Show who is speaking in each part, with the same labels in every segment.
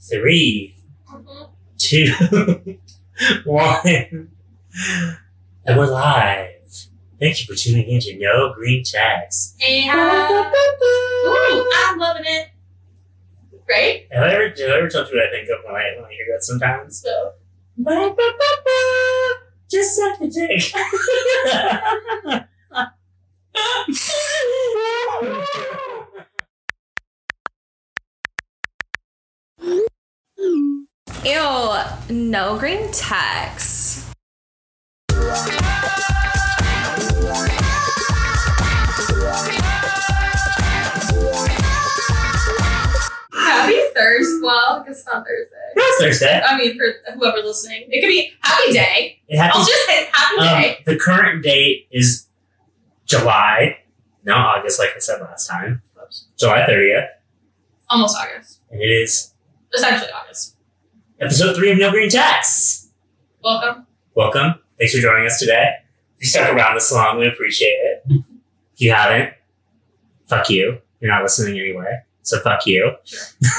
Speaker 1: three,
Speaker 2: Mhm.
Speaker 1: two, one. And we're live. Thank you for tuning in to No Green Checks.
Speaker 2: And ooh,
Speaker 1: Have
Speaker 2: I'm loving it. Right?
Speaker 1: I ever, did I ever told you what I think of when I, when I hear that sometimes?
Speaker 2: So
Speaker 1: Just suck the dick.
Speaker 3: Ew, no green text.
Speaker 2: happy Thursday. Well, it's not Thursday.
Speaker 1: That's Thursday.
Speaker 2: I mean, for whoever's listening, it could be happy day.
Speaker 1: It happens
Speaker 2: I'll just hit happy
Speaker 1: Um,
Speaker 2: day.
Speaker 1: the current date is July, not August, like I said last time. July 30th,
Speaker 2: Almost August.
Speaker 1: and it is
Speaker 2: Essentially August.
Speaker 1: episode three of No Green Tax.
Speaker 2: Welcome.
Speaker 1: Welcome. Thanks for joining us today. If you stuck around this long, we appreciate it. If you haven't, fuck you. You're not listening anyway, so fuck you.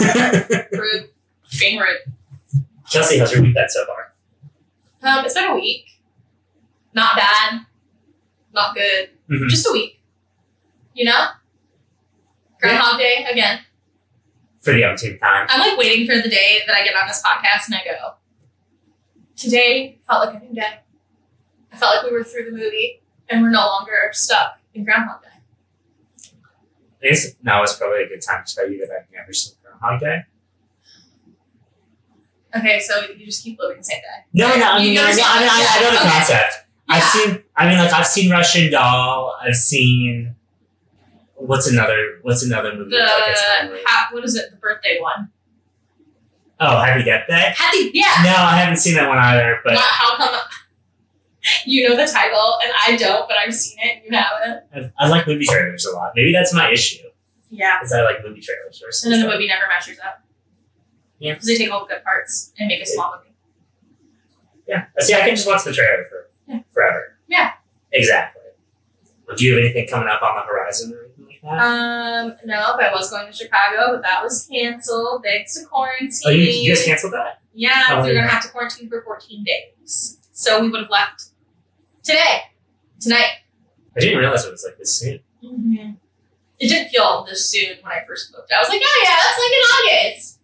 Speaker 2: Rude. Being rude.
Speaker 1: Chelsea, how's your week been so far?
Speaker 2: Um, it's been a week. Not bad. Not good.
Speaker 1: Mhm.
Speaker 2: Just a week. You know? Groundhog Day again.
Speaker 1: Pretty on team time.
Speaker 2: I'm like waiting for the day that I get on this podcast and I go, today felt like a new day. I felt like we were through the movie and we're no longer stuck in Groundhog Day.
Speaker 1: I guess now is probably a good time to tell you that I've never seen Groundhog Day.
Speaker 2: Okay, so you just keep living the same day.
Speaker 1: No, no, I mean,
Speaker 2: You
Speaker 1: no,
Speaker 2: know
Speaker 1: no,
Speaker 2: the
Speaker 1: I, mean I, I know the
Speaker 2: concept. Okay.
Speaker 1: concept. I've seen. I mean, like I've seen Russian Doll. I've seen. What's another? What's another movie?
Speaker 2: The
Speaker 1: Like it's timely?
Speaker 2: ha- what is it? The birthday one.
Speaker 1: oh, Happy Death Day.
Speaker 2: Happy yeah.
Speaker 1: No, I haven't seen that one either. But
Speaker 2: Wow, how come you know the title and I don't, but I've seen it and you haven't.
Speaker 1: I, I like movie trailers a lot. Maybe that's my issue.
Speaker 2: Yeah.
Speaker 1: Is I like movie trailers first.
Speaker 2: And then the movie never measures up.
Speaker 1: Yeah.
Speaker 2: Because they take all the good parts and make a small movie.
Speaker 1: Yeah. See, I can just watch the trailer for
Speaker 2: Yeah.
Speaker 1: forever.
Speaker 2: Yeah.
Speaker 1: Exactly. Well, do you have anything coming up on the horizon or anything like that?
Speaker 2: Um, no, but I was going to Chicago, but that was canceled thanks to quarantine.
Speaker 1: oh, you, you guys canceled that?
Speaker 2: yeah,
Speaker 1: Oh,
Speaker 2: we were gonna
Speaker 1: yeah.
Speaker 2: have to quarantine for 14 days. So we would have left today, tonight.
Speaker 1: I didn't realize it was like this soon.
Speaker 2: Mm-hmm. It didn't feel this soon when I first booked. I was like, oh yeah, that's like in August.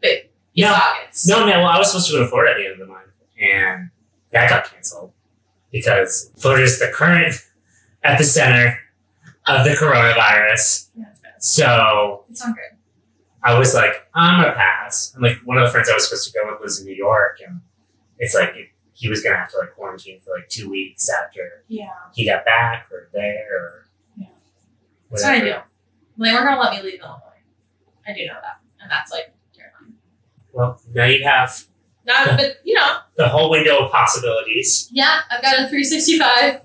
Speaker 2: But it's
Speaker 1: No.
Speaker 2: August.
Speaker 1: No, man. Well, I was supposed to go to Florida at the end of the month, and that got canceled because Florida is the current epicenter of the coronavirus.
Speaker 2: Yeah, it's bad.
Speaker 1: So
Speaker 2: It's not good.
Speaker 1: I was like, I'm gonna pass. And like one of the friends I was supposed to go with was in New York, and it's like he was gonna have to like quarantine for like two weeks after
Speaker 2: Yeah.
Speaker 1: he got back or there. Or
Speaker 2: Yeah. That's what I
Speaker 1: whatever.
Speaker 2: do. They weren't gonna let me leave Illinois. I do know that. And that's like terrifying.
Speaker 1: Well, now you have
Speaker 2: Not, but you know,
Speaker 1: the whole window of possibilities.
Speaker 2: yeah, I've got a 365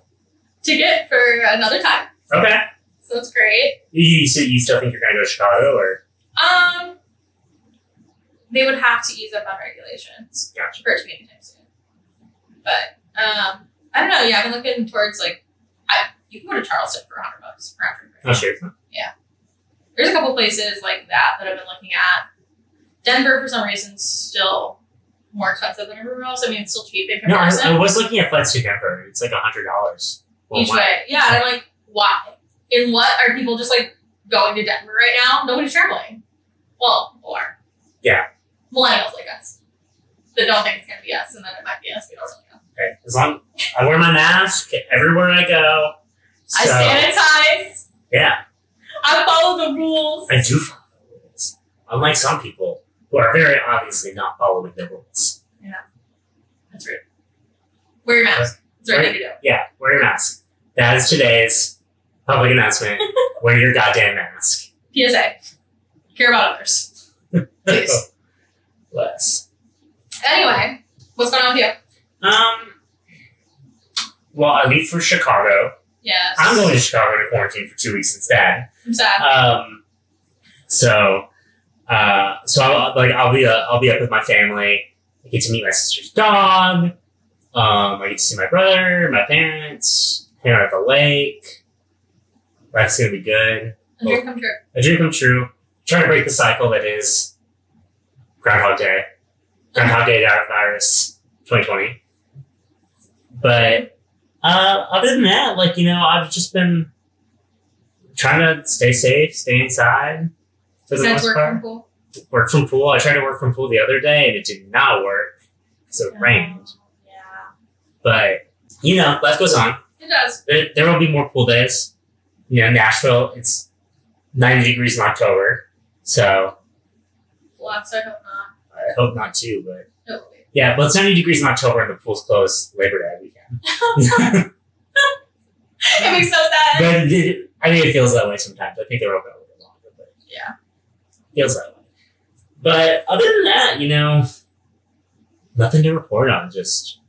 Speaker 2: ticket for another time.
Speaker 1: Okay.
Speaker 2: So that's great.
Speaker 1: You, you, so you still think you're gonna go to Chicago or?
Speaker 2: Um, they would have to ease up on regulations
Speaker 1: Gotcha.
Speaker 2: for it to be anytime soon. But um, I don't know. Yeah, I've been looking towards like I, you can go to Charleston for hundred bucks for after
Speaker 1: Oh, sure.
Speaker 2: There's a couple places like that that I've been looking at. Denver, for some reason, still more expensive than everywhere else. I mean, it's still cheap in
Speaker 1: No, I,
Speaker 2: comparison.
Speaker 1: I was looking at flights to Denver. It's like a hundred dollars.
Speaker 2: each way. Yeah, and I'm like, why? In what are people just like going to Denver right now? Nobody's traveling. Well, or
Speaker 1: Yeah.
Speaker 2: millennials like us that don't think it's gonna be us, and then it might be us. We don't really know.
Speaker 1: Okay. As long I wear my mask everywhere I go. So,
Speaker 2: I sanitize.
Speaker 1: yeah,
Speaker 2: I follow the rules.
Speaker 1: I do follow the rules. Unlike some people who are very obviously not following the rules.
Speaker 2: That's rude. Wear your mask. It's the right thing to do.
Speaker 1: Yeah, wear your mask. That is today's public announcement. wear your goddamn mask.
Speaker 2: PSA. Care about others. Please.
Speaker 1: Less.
Speaker 2: Anyway, what's going on with you?
Speaker 1: Um. Well, I leave for Chicago.
Speaker 2: Yes.
Speaker 1: I'm going to Chicago to quarantine for two weeks instead.
Speaker 2: I'm sad.
Speaker 1: Um, so, uh, so I'll, like I'll be uh, I'll be up with my family. I get to meet my sister's dog. Um, I get to see my brother, my parents, hang out at the lake. Life's gonna be good.
Speaker 2: A dream come true.
Speaker 1: A dream come true. Trying to break the cycle that is Groundhog Day, Groundhog Day virus, 2020. But uh, other than that, like you know, I've just been trying to stay safe, stay inside. For the most
Speaker 2: Besides work
Speaker 1: part
Speaker 2: from pool.
Speaker 1: work from pool. I tried to work from pool the other day and it did not work because it rained.
Speaker 2: Yeah.
Speaker 1: But you know, life goes on.
Speaker 2: It does.
Speaker 1: There, there will be more pool days. You know, Nashville, it's 90 degrees in October, so
Speaker 2: Lots. I hope not.
Speaker 1: I hope not too. But
Speaker 2: It will be.
Speaker 1: yeah, but it's 90 degrees in October and the pool's closed Labor Day weekend.
Speaker 2: it makes no sense.
Speaker 1: but it, I think it feels that way sometimes. I think they're open a little bit longer, but
Speaker 2: Yeah.
Speaker 1: feels that way. But other than that, you know, nothing to report on. Just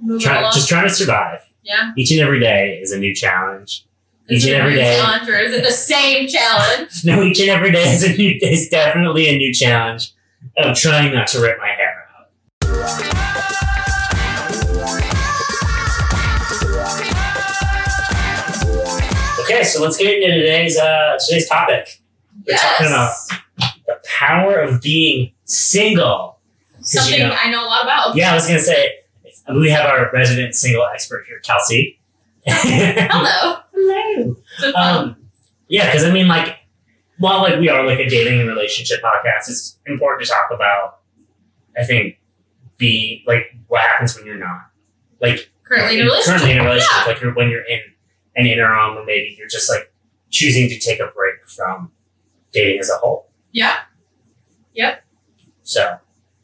Speaker 2: Moving
Speaker 1: try,
Speaker 2: along.
Speaker 1: just trying to survive.
Speaker 2: yeah.
Speaker 1: Each and every day is a new challenge.
Speaker 2: Is
Speaker 1: Each
Speaker 2: it
Speaker 1: and
Speaker 2: a
Speaker 1: every
Speaker 2: new
Speaker 1: day.
Speaker 2: challenge or is it the same challenge?
Speaker 1: No, each and every day is a new is definitely a new challenge of trying not to rip my hair out. Okay, so let's get into today's uh, today's topic: We're talking
Speaker 2: yes.
Speaker 1: the power of being single.
Speaker 2: Something
Speaker 1: you know-
Speaker 2: I know a lot about.
Speaker 1: Yeah, I was gonna say we have our resident single expert here, Kelsey.
Speaker 2: Hello.
Speaker 1: Hello.
Speaker 2: So fun.
Speaker 1: Um, yeah, because I mean, like, while like we are like a dating and relationship podcast, it's important to talk about. I think be like what happens when you're not like
Speaker 2: currently in a
Speaker 1: in-
Speaker 2: relationship.
Speaker 1: currently in a relationship,
Speaker 2: Yeah.
Speaker 1: like you're when you're in an interim or maybe you're just like choosing to take a break from dating as a whole.
Speaker 2: Yeah.
Speaker 1: So,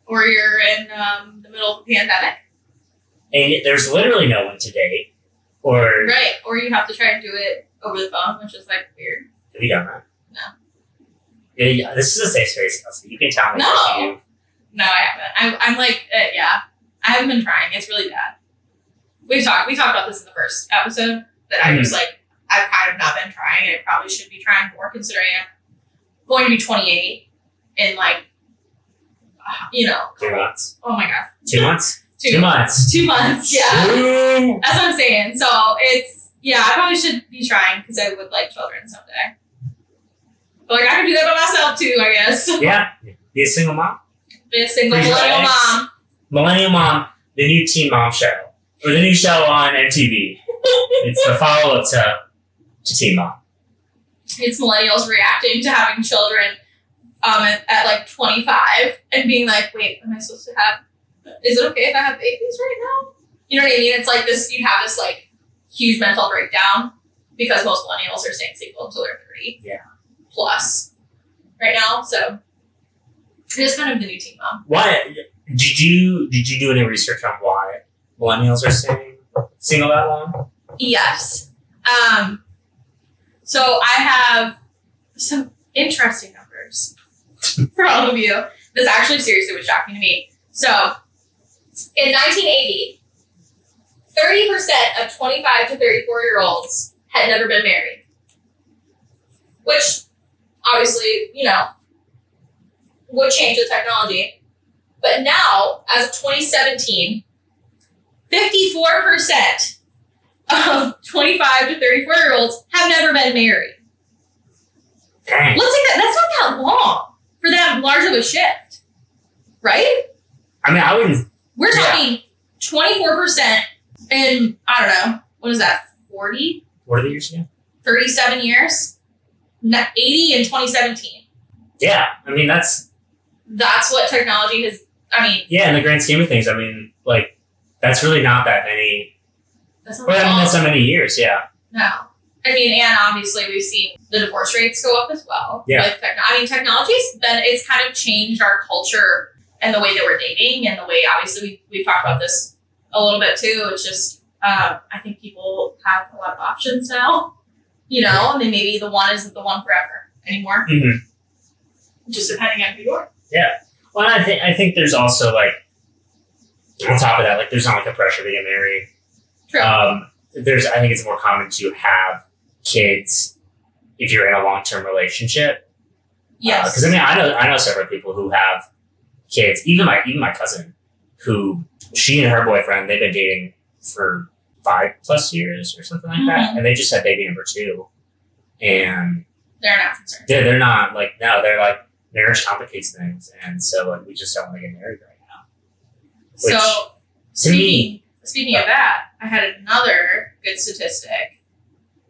Speaker 2: Or you're in um, the middle of a pandemic.
Speaker 1: and there's literally no one to date, or
Speaker 2: Right. Or you have to try and do it over the phone, which is like weird.
Speaker 1: have you done that?
Speaker 2: No.
Speaker 1: Yeah, yeah, this is a safe space, Kelsey. You can tell me if
Speaker 2: No.
Speaker 1: you
Speaker 2: No, I haven't. I, I'm like, uh, yeah, I haven't been trying. It's really bad. We've talked. We talked about this in the first episode that I was like, I've kind of not been trying. I probably should be trying more, considering I'm going to be 28 in like, uh, you know,
Speaker 1: two months,
Speaker 2: oh my god,
Speaker 1: two months,
Speaker 2: two,
Speaker 1: two months.
Speaker 2: two months. Yeah,
Speaker 1: Two
Speaker 2: that's what I'm saying. So it's yeah, I probably should be trying because I would like children someday. But like I could do that by myself too, I guess.
Speaker 1: Yeah. Be a single mom.
Speaker 2: Be a single
Speaker 1: Freeze your
Speaker 2: millennial
Speaker 1: eggs.
Speaker 2: mom.
Speaker 1: Millennial Mom, the new Teen Mom show. Or the new show on MTV. it's the follow up to, to Teen Mom.
Speaker 2: it's millennials reacting to having children um, at, at, like 25 and being like, wait, am I supposed to have, is it okay if I have babies right now? You know what I mean? It's like this, you have this like huge mental breakdown because most millennials are staying single until they're 30.
Speaker 1: Yeah.
Speaker 2: Plus right now. So it is kind of the new teen mom.
Speaker 1: Why did you did you do any research on why millennials are staying single that long?
Speaker 2: Yes. Um, so I have some interesting numbers for all of you. This actually seriously was shocking to me. So in 1980, 30% of 25 to 34 year olds had never been married, which obviously, you know, would change with technology. But now, as of 2017, 54% of 25 to 34 year olds have never been married.
Speaker 1: Dang.
Speaker 2: Let's take that. That's not that long for that large of a shift, right?
Speaker 1: I mean I wouldn't
Speaker 2: We're
Speaker 1: Yeah.
Speaker 2: talking 24% in, I don't know, what is that, 40,
Speaker 1: what are the years again?
Speaker 2: 37 years? Not- 80 in 2017.
Speaker 1: Yeah. I mean that's
Speaker 2: That's what technology has, I mean,
Speaker 1: yeah, in the grand scheme of things, I mean, like that's really not that many
Speaker 2: that's not
Speaker 1: well, I mean
Speaker 2: that
Speaker 1: that's
Speaker 2: long.
Speaker 1: not many years, yeah.
Speaker 2: No. I mean, and obviously we've seen the divorce rates go up as well.
Speaker 1: Yeah.
Speaker 2: With techno- I mean, technology's been, it's kind of changed our culture and the way that we're dating and the way, obviously, we, we've talked about this a little bit too. It's just, um, I think people have a lot of options now, you know, and then maybe the one isn't the one forever anymore,
Speaker 1: Mhm.
Speaker 2: just depending on who you are.
Speaker 1: Well, I think I think there's also like on top of that, like there's not like a pressure to get married.
Speaker 2: True.
Speaker 1: Um, there's I think it's more common to have kids if you're in a long term relationship.
Speaker 2: Yes.
Speaker 1: Because Uh, I mean I know I know several people who have kids. Even my even my cousin, who she and her boyfriend they've been dating for five plus years or something like that,
Speaker 2: Mhm.
Speaker 1: and they just had baby number two, and
Speaker 2: They're not concerned.
Speaker 1: they're, they're not like no they're like marriage complicates things, and so like we just don't want to get married right now. Which,
Speaker 2: so
Speaker 1: to me,
Speaker 2: speaking, speaking of that, I had another good statistic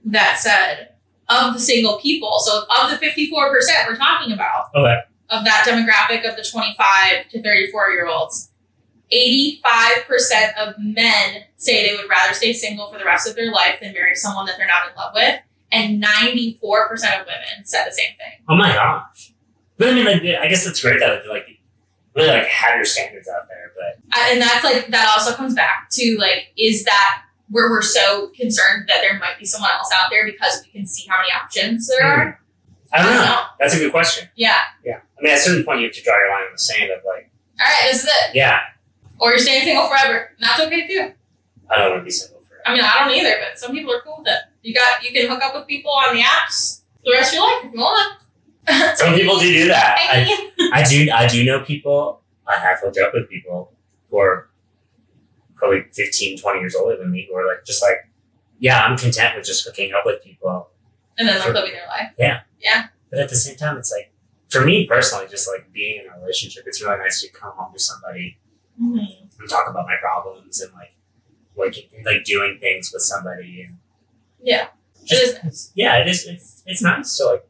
Speaker 2: that said of the single people, so of the 54% we're talking about,
Speaker 1: Okay.
Speaker 2: of that demographic of the 25 to 34 year olds, 85% of men say they would rather stay single for the rest of their life than marry someone that they're not in love with. And 94% of women said the same thing.
Speaker 1: oh my gosh. But I mean, like, I guess it's great that like you really like have your standards out there, but
Speaker 2: I- Uh, and that's like that also comes back to like is that where we're so concerned that there might be someone else out there because we can see how many options there are
Speaker 1: Hmm. I don't know. That's a good question.
Speaker 2: yeah
Speaker 1: Yeah. I mean, at a certain point, you have to draw your line in the sand of like,
Speaker 2: all right this is it
Speaker 1: yeah,
Speaker 2: or you're staying single forever and that's okay too
Speaker 1: I don't want to be single forever.
Speaker 2: i mean i don't either but some people are cool with it you got you can hook up with people on the apps the rest of your life if you want
Speaker 1: Some people do do that. I,
Speaker 2: I mean,
Speaker 1: I do I do know people I have hooked up with people who are probably 15, 20 years older than me who are like just like, yeah, I'm content with just hooking up with people.
Speaker 2: and then like living their life
Speaker 1: But at the same time it's like for me personally, just like being in a relationship, it's really nice to come home to somebody
Speaker 2: Mm-hmm.
Speaker 1: and talk about my problems and like like like doing things with somebody and
Speaker 2: yeah it is nice.
Speaker 1: yeah, it is it's it's nice to like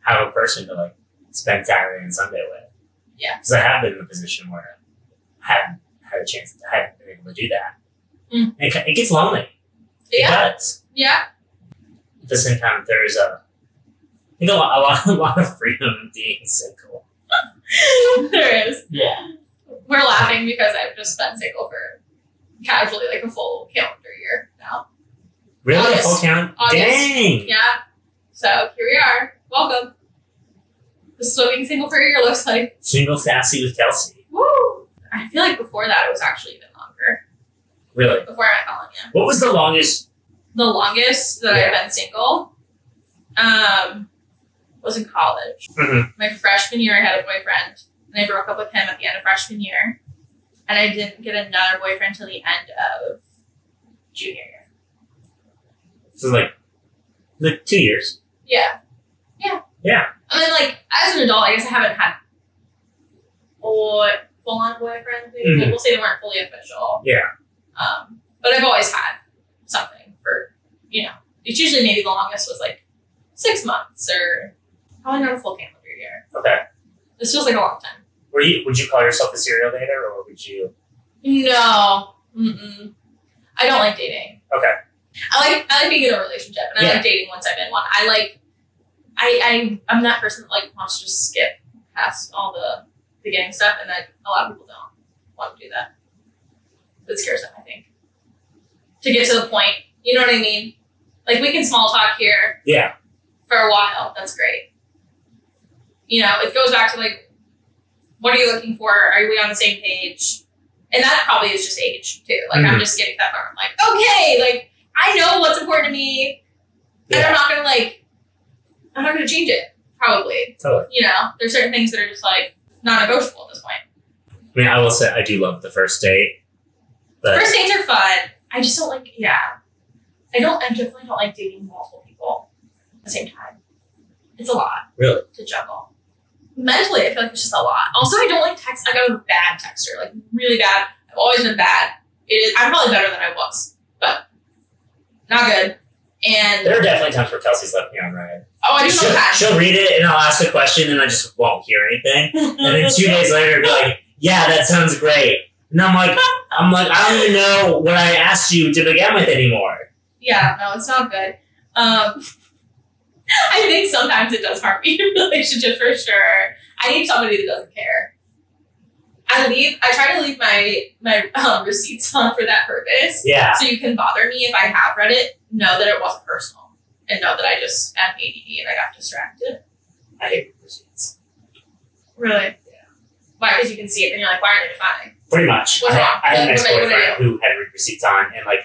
Speaker 1: have a person to like spend Saturday and Sunday with.
Speaker 2: Yeah.
Speaker 1: Because I have been in a position where I haven't had a chance I haven't been able to do that.
Speaker 2: Mm.
Speaker 1: It, ca- it gets lonely.
Speaker 2: yeah
Speaker 1: It does.
Speaker 2: yeah
Speaker 1: At the same time, there's a I think a lot, a lot, a lot of freedom in being single.
Speaker 2: there is
Speaker 1: Yeah.
Speaker 2: We're laughing because I've just been single for casually like a full calendar year now.
Speaker 1: Really?
Speaker 2: August.
Speaker 1: Full count?
Speaker 2: August.
Speaker 1: Dang!
Speaker 2: Yeah. So here we are. Welcome. This is what being single for a year looks like.
Speaker 1: Single sassy with Kelsey.
Speaker 2: Woo! I feel like before that it was actually even longer.
Speaker 1: Really?
Speaker 2: Before I met Colin, yeah.
Speaker 1: What was the longest?
Speaker 2: The longest that I've been single um was in college.
Speaker 1: Mhm.
Speaker 2: My freshman year I had a boyfriend and I broke up with him at the end of freshman year. And I didn't get another boyfriend till the end of junior year.
Speaker 1: So like, like two years.
Speaker 2: Yeah. Yeah.
Speaker 1: Yeah.
Speaker 2: And then, like, as an adult, I guess I haven't had full on boyfriends. Maybe
Speaker 1: Mhm.
Speaker 2: We'll say they weren't fully official.
Speaker 1: Yeah.
Speaker 2: Um, but I've always had something for, you know, it's usually maybe the longest was like six months or probably not a full calendar year.
Speaker 1: Okay.
Speaker 2: This feels like a long time.
Speaker 1: Were you? Would you call yourself a serial dater, or would you?
Speaker 2: No. Mm-mm. I don't like dating.
Speaker 1: Okay.
Speaker 2: I like I like being in a relationship and I
Speaker 1: Yeah.
Speaker 2: like dating once I'm in one. I like I, I I'm that person that like wants to just skip past all the the gang stuff and that a lot of people don't want to do that. It scares them, I think. To get to the point. You know what I mean? Like we can small talk here
Speaker 1: Yeah.
Speaker 2: for a while. That's great. You know, it goes back to like, what are you looking for? Are we on the same page? And that probably is just age too. Like I'm
Speaker 1: Mhm.
Speaker 2: just getting to that far. I'm like, okay, like I know what's important to me, and
Speaker 1: Yeah.
Speaker 2: I'm not gonna like, I'm not gonna change it. Probably,
Speaker 1: Totally.
Speaker 2: you know, there's certain things that are just like non-negotiable at this point.
Speaker 1: I mean, I will say I do love the first date, but
Speaker 2: First dates are fun. I just don't like, yeah, I don't. I definitely don't like dating multiple people at the same time. It's a lot.
Speaker 1: really,
Speaker 2: to juggle. Mentally, I feel like it's just a lot. Also, I don't like text. Like, I'm a bad texter, like really bad. I've always been bad. It is, I'm probably better than I was, but not good. And
Speaker 1: there are definitely times where Kelsey's left me on red.
Speaker 2: oh, I do
Speaker 1: she'll,
Speaker 2: know that.
Speaker 1: she'll read it and I'll ask a question and I just won't hear anything. And then two days later, be like, "Yeah, that sounds great," and I'm like, "I'm like, I don't even know what I asked you to begin with anymore."
Speaker 2: Yeah, no, it's not good. Um, I think sometimes it does harm me in a relationship for sure. I need somebody that doesn't care. I leave. I try to leave my my um, receipts on for that purpose.
Speaker 1: Yeah,
Speaker 2: So you can bother me if I have read it, know that it wasn't personal. And know that I just am ADD and I got distracted.
Speaker 1: I hate receipts.
Speaker 2: Really? Yeah. Why? Because you can see it and you're like, why aren't they defining?
Speaker 1: Pretty much.
Speaker 2: What's
Speaker 1: I,
Speaker 2: wrong?
Speaker 1: I had an
Speaker 2: What
Speaker 1: ex
Speaker 2: am I- what am I
Speaker 1: boyfriend who had re- receipts on, and like,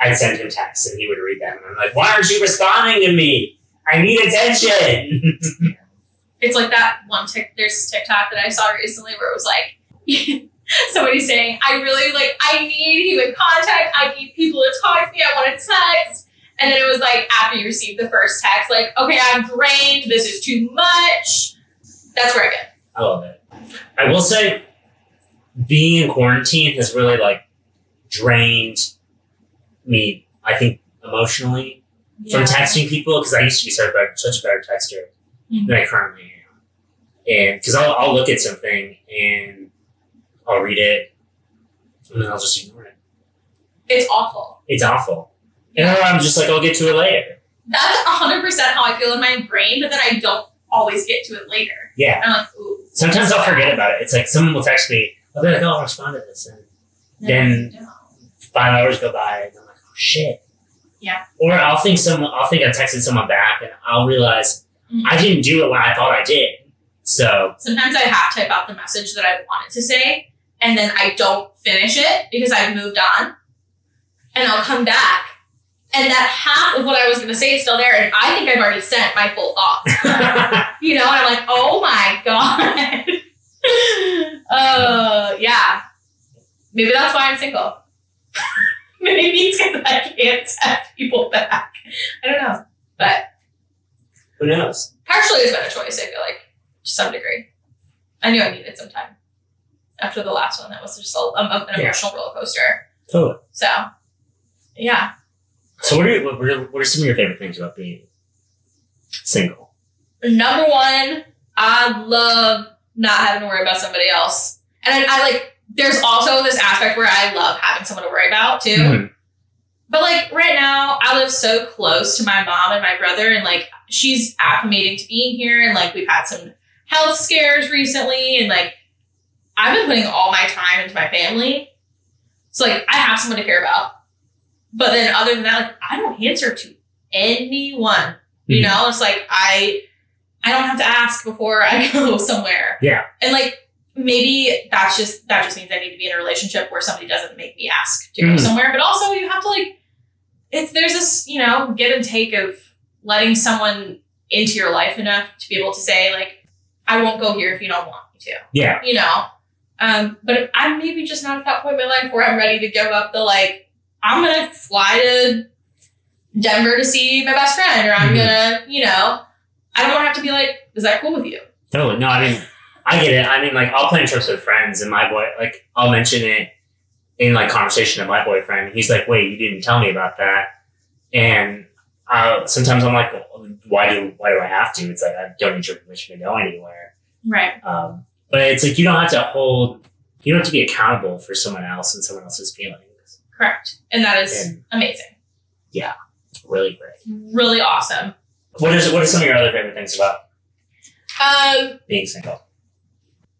Speaker 1: I'd send him texts and he would read them, and I'm like, "Why aren't you responding to me? I need attention."
Speaker 2: It's like that one tick. There's this TikTok that I saw recently where it was like somebody saying, I really like, I need human contact. I need people to talk to me. I want to text. And then it was like after you received the first text, like, okay, I'm drained. This is too much. That's where I get.
Speaker 1: I love it. I will say, being in quarantine has really like drained me. I think emotionally from texting people because I used to be such a better, such a better texter
Speaker 2: Mm-hmm.
Speaker 1: than I currently am, and because I'll, I'll look at something and I'll read it and then I'll just ignore it.
Speaker 2: It's awful.
Speaker 1: It's awful, and then I'm just like, I'll get to it later.
Speaker 2: That's hundred percent how I feel in my brain, but then I don't always get to it later.
Speaker 1: Yeah.
Speaker 2: I'm like, ooh.
Speaker 1: Sometimes I'll forget about it. It's like someone will text me. I'll be like, oh, I'll respond to this. And Then-
Speaker 2: No.
Speaker 1: five hours go by and I'm like, oh shit.
Speaker 2: Yeah.
Speaker 1: Or I'll think someone, I'll think I texted someone back and I'll realize
Speaker 2: Mhm.
Speaker 1: I didn't do it when I thought I did. So
Speaker 2: Sometimes I half type out the message that I wanted to say, and then I don't finish it because I've moved on. And I'll come back, and that half of what I was going to say is still there, and I think I've already sent my full thoughts. you know, and I'm like, oh my god. uh, yeah. Maybe that's why I'm single. Maybe it's because I can't text people back. I don't know, but
Speaker 1: who knows?
Speaker 2: partially it's been a choice. I feel like to some degree. I knew I needed some time after the last one. That was just a, um, um, an
Speaker 1: Yeah.
Speaker 2: emotional roller coaster.
Speaker 1: Totally.
Speaker 2: So, yeah.
Speaker 1: So what are, what are what are some of your favorite things about being single?
Speaker 2: Number one, I love not having to worry about somebody else. And I, I like, there's also this aspect where I love having someone to worry about too.
Speaker 1: Mhm.
Speaker 2: But like right now, I live so close to my mom and my brother, and like she's acclimating to being here, and like we've had some health scares recently, and like I've been putting all my time into my family. So like I have someone to care about. But then other than that, like I don't answer to anyone. You
Speaker 1: Mhm.
Speaker 2: know, it's like I I don't have to ask before I go somewhere.
Speaker 1: Yeah.
Speaker 2: And like maybe that's just that just means I need to be in a relationship where somebody doesn't make me ask to go
Speaker 1: Mhm.
Speaker 2: somewhere. But also you have to like it's there's this, you know, give and take of letting someone into your life enough to be able to say, like, I won't go here if you don't want me to
Speaker 1: Yeah.
Speaker 2: you know. Um, but I'm maybe just not at that point in my life where I'm ready to give up the like, I'm gonna fly to Denver to see my best friend, or I'm
Speaker 1: Mhm.
Speaker 2: gonna, you know, I don't wanna have to be like, is that cool with you?
Speaker 1: Totally. No, I mean, I get it. I mean, like, I'll plan trips with friends, and my boy, like, I'll mention it in like conversation to my boyfriend. He's like, "Wait, you didn't tell me about that." And uh, sometimes I'm like, "Why do Why do I have to?" It's like I don't need your permission to go anywhere.
Speaker 2: Right.
Speaker 1: Um, but it's like you don't have to hold. You don't have to be accountable for someone else and someone else's feelings.
Speaker 2: Correct. And that is
Speaker 1: And
Speaker 2: amazing.
Speaker 1: really great.
Speaker 2: Really awesome.
Speaker 1: What is What are some of your other favorite things about
Speaker 2: Um,
Speaker 1: being single?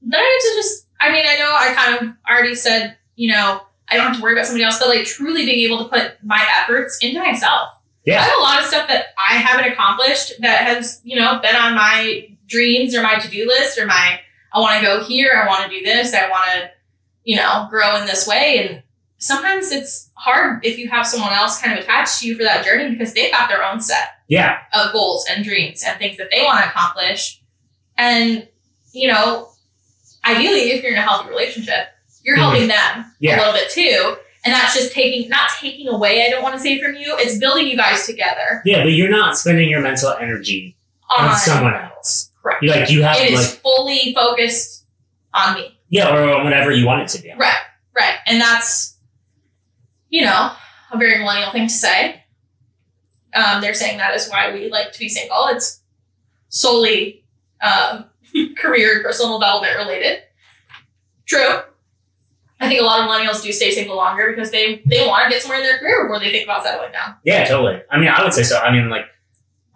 Speaker 2: then I have to just I mean, I know I kind of already said, you know, I don't have to worry about somebody else, but like truly being able to put my efforts into myself.
Speaker 1: Yeah.
Speaker 2: I have a lot of stuff that I haven't accomplished that has, you know, been on my dreams or my to-do list or my I wanna go here, I wanna do this, I wanna, you know, grow in this way. And sometimes it's hard if you have someone else kind of attached to you for that journey because they've got their own set
Speaker 1: Yeah,
Speaker 2: of uh, goals and dreams and things that they want to accomplish. And, you know, ideally, if you're in a healthy relationship, you're
Speaker 1: Mhm.
Speaker 2: helping them
Speaker 1: Yeah.
Speaker 2: a little bit too. And that's just taking, not taking away, I don't want to say from you, it's building you guys together
Speaker 1: yeah, but you're not spending your mental energy
Speaker 2: on,
Speaker 1: on someone else.
Speaker 2: correct.
Speaker 1: You like you have
Speaker 2: It is
Speaker 1: like
Speaker 2: fully focused on me.
Speaker 1: Yeah, or on whatever you want it to be.
Speaker 2: Right, right. And that's, you know, a very millennial thing to say. Um, they're saying that is why we like to be single. It's solely um, career and personal development related. True. I think a lot of millennials do stay single longer because they, they want to get somewhere in their career before they think about settling down.
Speaker 1: Yeah, totally. I mean, I would say so. I mean, like,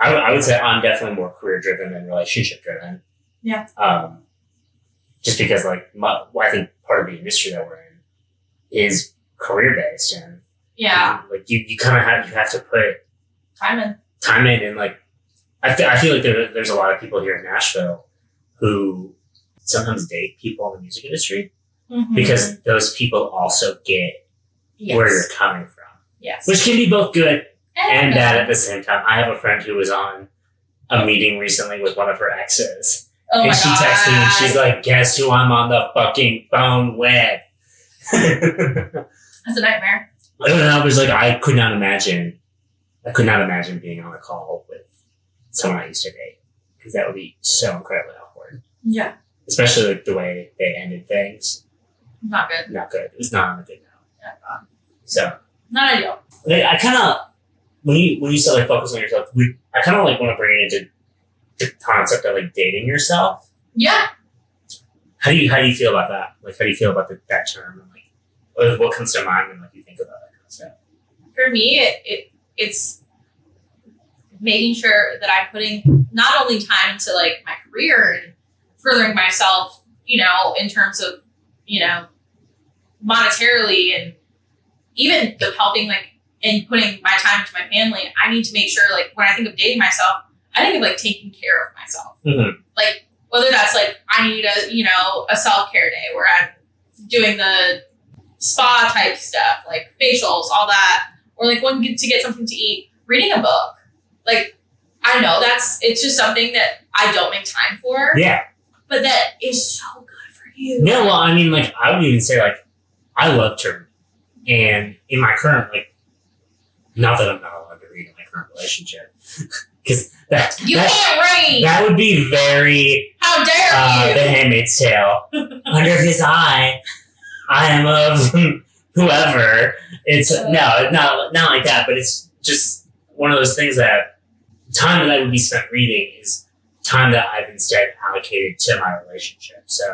Speaker 1: I would- I would say I'm definitely more career driven than relationship driven.
Speaker 2: Yeah.
Speaker 1: Um, just because, like, my, well, I think part of the industry that we're in is career based, and
Speaker 2: Yeah.
Speaker 1: like you, you kind of have you have to put
Speaker 2: Time in.
Speaker 1: time in and like I, fe- I feel like there, there's a lot of people here in Nashville who sometimes date people in the music industry because those people also get
Speaker 2: Mm-hmm. yes.
Speaker 1: where you're coming from,
Speaker 2: yes.
Speaker 1: which can be both good and
Speaker 2: uh,
Speaker 1: bad at the same time. I have a friend who was on a meeting recently with one of her exes,
Speaker 2: oh my
Speaker 1: and she
Speaker 2: God.
Speaker 1: texted me, and she's like, "Guess who I'm on the fucking phone with?" and
Speaker 2: That's a nightmare.
Speaker 1: I was like, "I could not imagine, I could not imagine being on a call with someone I used to date because that would be so incredibly awkward."
Speaker 2: Yeah.
Speaker 1: especially like, the way they ended things.
Speaker 2: Not good.
Speaker 1: Not good. It's not on a good note.
Speaker 2: Not good.
Speaker 1: So
Speaker 2: Not ideal.
Speaker 1: like, I kind of when you when you said like focus on yourself, we, I kind of like want to bring it into the concept of like dating yourself.
Speaker 2: Yeah.
Speaker 1: How do you how do you feel about that? Like how do you feel about the, that term and like what- what comes to mind when like you think about that concept?
Speaker 2: For me, it, it it's making sure that I'm putting not only time into like my career and furthering myself, you know, in terms of, you know, monetarily and even the helping like and putting my time to my family, I need to make sure like when I think of dating myself, I think of like taking care of myself.
Speaker 1: Mhm.
Speaker 2: Like whether that's like I need a you know a self care day where I'm doing the spa type stuff like facials, all that, or like when get- to get something to eat, reading a book. Like I know that's it's just something that I don't make time for,
Speaker 1: Yeah.
Speaker 2: but that is so good for you.
Speaker 1: No, well, I mean, like I would even say like I love Germany, and in my current like, not that I'm not allowed to read in my current relationship, because that
Speaker 2: you
Speaker 1: that,
Speaker 2: can't read.
Speaker 1: that would be very
Speaker 2: How dare
Speaker 1: uh,
Speaker 2: you?
Speaker 1: The Handmaid's Tale. Under his eye, I am of whoever. It's no, not not like that, but it's just one of those things that time that I would be spent reading is time that I've instead allocated to my relationship. So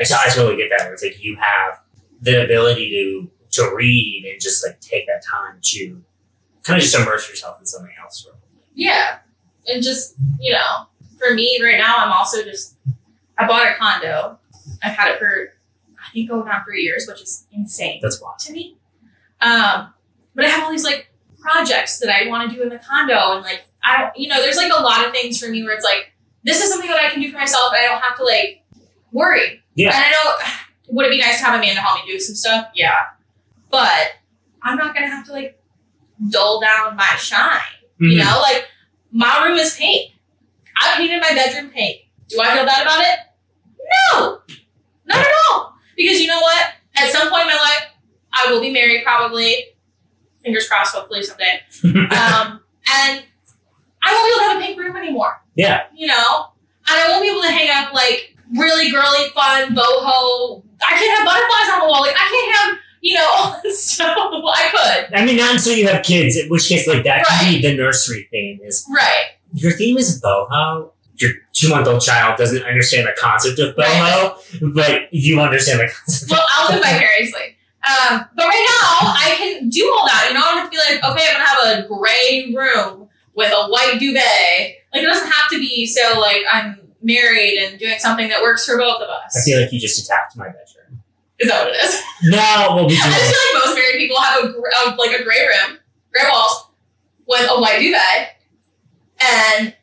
Speaker 1: I, t- I totally get that. where It's like you have the ability to to read and just like take that time to kind of just immerse yourself in something else for a little bit.
Speaker 2: Yeah. And just, you know, for me right now, I'm also just, I bought a condo. I've had it for, I think, going on three years, which is insane
Speaker 1: That's why.
Speaker 2: to me. Um, but I have all these like projects that I want to do in the condo. And like, I don't, you know, there's like a lot of things for me where it's like, this is something that I can do for myself and I don't have to like worry.
Speaker 1: Yeah.
Speaker 2: And I know, would it be nice to have a man to help me do some stuff? Yeah. But I'm not going to have to like dull down my shine.
Speaker 1: Mm-hmm.
Speaker 2: You know, like my room is pink. I painted my bedroom pink. Do I feel bad about it? No, not at all. Because you know what? At some point in my life, I will be married probably. Fingers crossed, hopefully someday.
Speaker 1: Mm-hmm.
Speaker 2: Um, and I won't be able to have a pink room anymore.
Speaker 1: yeah.
Speaker 2: You know, and I won't be able to hang up like really girly, fun boho. I can't have butterflies on the wall. Like I can't have you know all this stuff. Well, I could.
Speaker 1: I mean, not until you have kids, in which case, like, that could be the nursery theme is
Speaker 2: Right.
Speaker 1: your theme is boho. Your two month old child doesn't understand the concept of boho, but you understand the concept.
Speaker 2: well, I'll live vicariously. Um, but right now, I can do all that. You know, I don't have to be like, okay, I'm gonna have a gray room with a white duvet. Like, it doesn't have to be so like I'm married and doing something that works for both of
Speaker 1: I
Speaker 2: us.
Speaker 1: feel like you just attacked my bedroom.
Speaker 2: Is that what it is?
Speaker 1: No, well, we do
Speaker 2: I just feel like most married people have a, gr- a like a gray room, gray walls, with a white duvet, and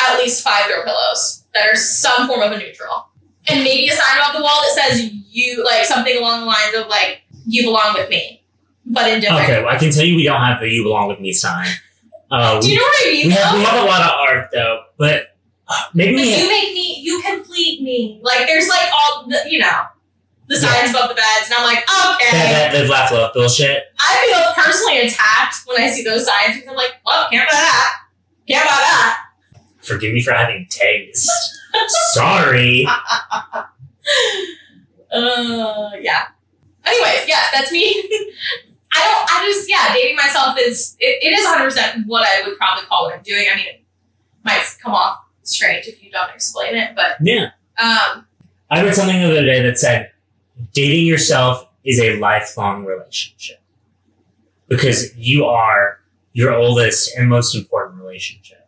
Speaker 2: at least five throw pillows that are some form of a neutral, and maybe a sign above the wall that says "you" like something along the lines of like "you belong with me," but in different.
Speaker 1: Okay, well, I can tell you we don't have the You Belong With Me sign. Uh,
Speaker 2: Do you know what I
Speaker 1: we,
Speaker 2: mean?
Speaker 1: we have, we
Speaker 2: though?
Speaker 1: have a lot of art, though, but uh, maybe
Speaker 2: Like,
Speaker 1: we
Speaker 2: you make me, you complete me. Like there's like all the, you know, the
Speaker 1: Yeah.
Speaker 2: signs above the beds, and I'm like, okay.
Speaker 1: that, that live, laugh, love bullshit.
Speaker 2: I feel personally attacked when I see those signs because I'm like, well, can't buy that. Can't buy that.
Speaker 1: Forgive me for having taste. Sorry.
Speaker 2: Uh, yeah. Anyways, yes, that's me. I don't, I just, yeah, dating myself is, it, it is 100% what I would probably call what I'm doing. I mean, it might come off strange if you don't explain it, but,
Speaker 1: Yeah.
Speaker 2: um,
Speaker 1: I read something the other day that said dating yourself is a lifelong relationship because you are your oldest and most important relationship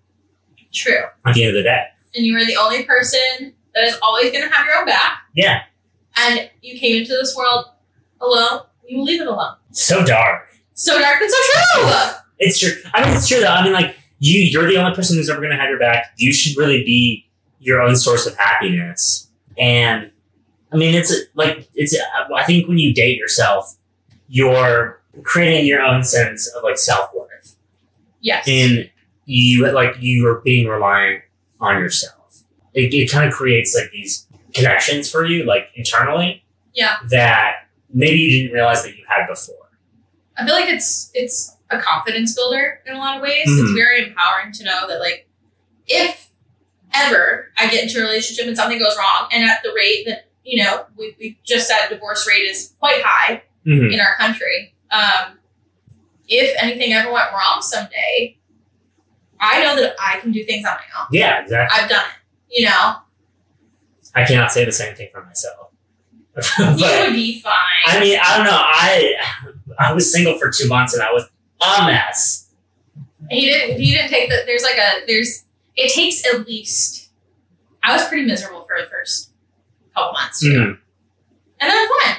Speaker 2: true.
Speaker 1: at the end of the day.
Speaker 2: And you are the only person that is always going to have your own back.
Speaker 1: Yeah,
Speaker 2: And you came into this world alone. You will leave it alone.
Speaker 1: so dark.
Speaker 2: So dark, but so true.
Speaker 1: It's true. I mean, it's true though. I mean, like you, you're the only person who's ever going to have your back. You should really be your own source of happiness. And I mean, it's like it's. I think when you date yourself, you're creating your own sense of like self worth.
Speaker 2: Yes.
Speaker 1: and you like you are being reliant on yourself. It, it kind of creates like these connections for you, like internally,
Speaker 2: Yeah.
Speaker 1: that maybe you didn't realize that you had before.
Speaker 2: I feel like it's it's a confidence builder in a lot of ways. It's
Speaker 1: Mhm.
Speaker 2: very empowering to know that like if ever I get into a relationship and something goes wrong, and at the rate that you know we we just said divorce rate is quite high
Speaker 1: Mhm.
Speaker 2: in our country. Um, if anything ever went wrong someday, I know that I can do things on my own.
Speaker 1: Yeah, exactly.
Speaker 2: I've done it. You know,
Speaker 1: I cannot say the same thing for myself.
Speaker 2: you
Speaker 1: but,
Speaker 2: would be fine.
Speaker 1: I mean, I don't know. I I was single for two months and I was a mess.
Speaker 2: He didn't. He didn't take the. There's like a. There's. It takes at least. I was pretty miserable for the first couple months, too.
Speaker 1: Mhm.
Speaker 2: and then it's fine.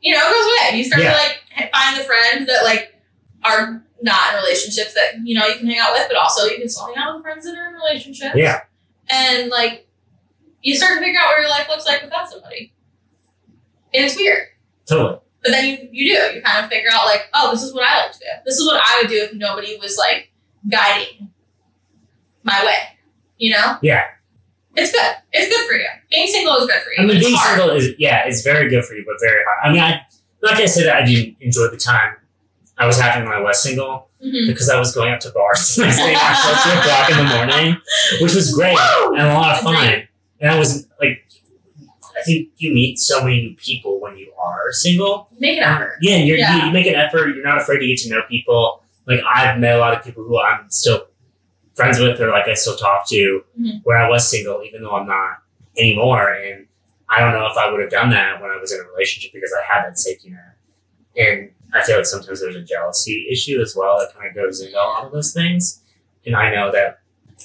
Speaker 2: You know, it goes away. You start
Speaker 1: Yeah.
Speaker 2: to like h- find the friends that like are not in relationships that you know you can hang out with, but also you can still hang out with friends that are in relationships.
Speaker 1: Yeah.
Speaker 2: and like you start to figure out what your life looks like without somebody, and it's weird.
Speaker 1: Totally.
Speaker 2: But then you, you do. You kind of figure out like, oh, this is what I like to do. This is what I would do if nobody was like guiding my way. You know?
Speaker 1: Yeah.
Speaker 2: It's good. It's good for you. Being single is good for you.
Speaker 1: I mean,
Speaker 2: it's
Speaker 1: being
Speaker 2: hard.
Speaker 1: single is yeah, it's very good for you, but very hard. I mean, I not gonna say that I didn't enjoy the time I was having when I was single
Speaker 2: Mhm.
Speaker 1: because I was going out to bars and I stayed out till two o'clock in the morning, which was great
Speaker 2: Woo!
Speaker 1: and a lot of
Speaker 2: Agreed.
Speaker 1: fun. And I was like, I think you meet so many new people when you are single.
Speaker 2: Make an effort.
Speaker 1: Yeah, and you're, you-
Speaker 2: Yeah.
Speaker 1: You, make an effort. You're not afraid to get to know people. Like I've met a lot of people who I'm still friends with, or like I still talk to,
Speaker 2: Mhm.
Speaker 1: where I was single, even though I'm not anymore. And I don't know if I would have done that when I was in a relationship because I had that safety net. And I feel like sometimes there's a jealousy issue as well that kind of goes into a lot of those things. And I know that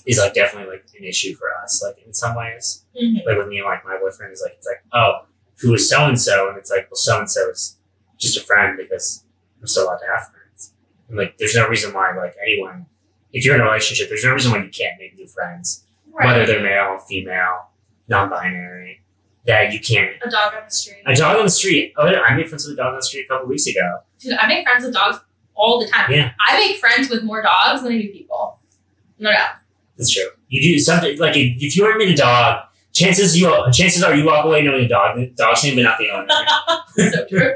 Speaker 1: is like definitely like an issue for us, like in some ways
Speaker 2: Mhm.
Speaker 1: like with me and like my boyfriend is like it's like oh who is so and so and it's like well so and so is just a friend because I'm still allowed to have friends and like there's no reason why like anyone if you're in a relationship there's no reason why you can't make new friends whether
Speaker 2: Right.
Speaker 1: they're male female non-binary that you can't
Speaker 2: A dog on the street.
Speaker 1: a dog on the street oh yeah, I made friends with a dog on the street a couple weeks ago
Speaker 2: Dude, I make friends with dogs all the time.
Speaker 1: Yeah.
Speaker 2: I make friends with more dogs than I do people. No doubt.
Speaker 1: that's true you do something like if if you were to meet a dog chances you chances are you walk away knowing the dog the dog's name but not the owner
Speaker 2: so true.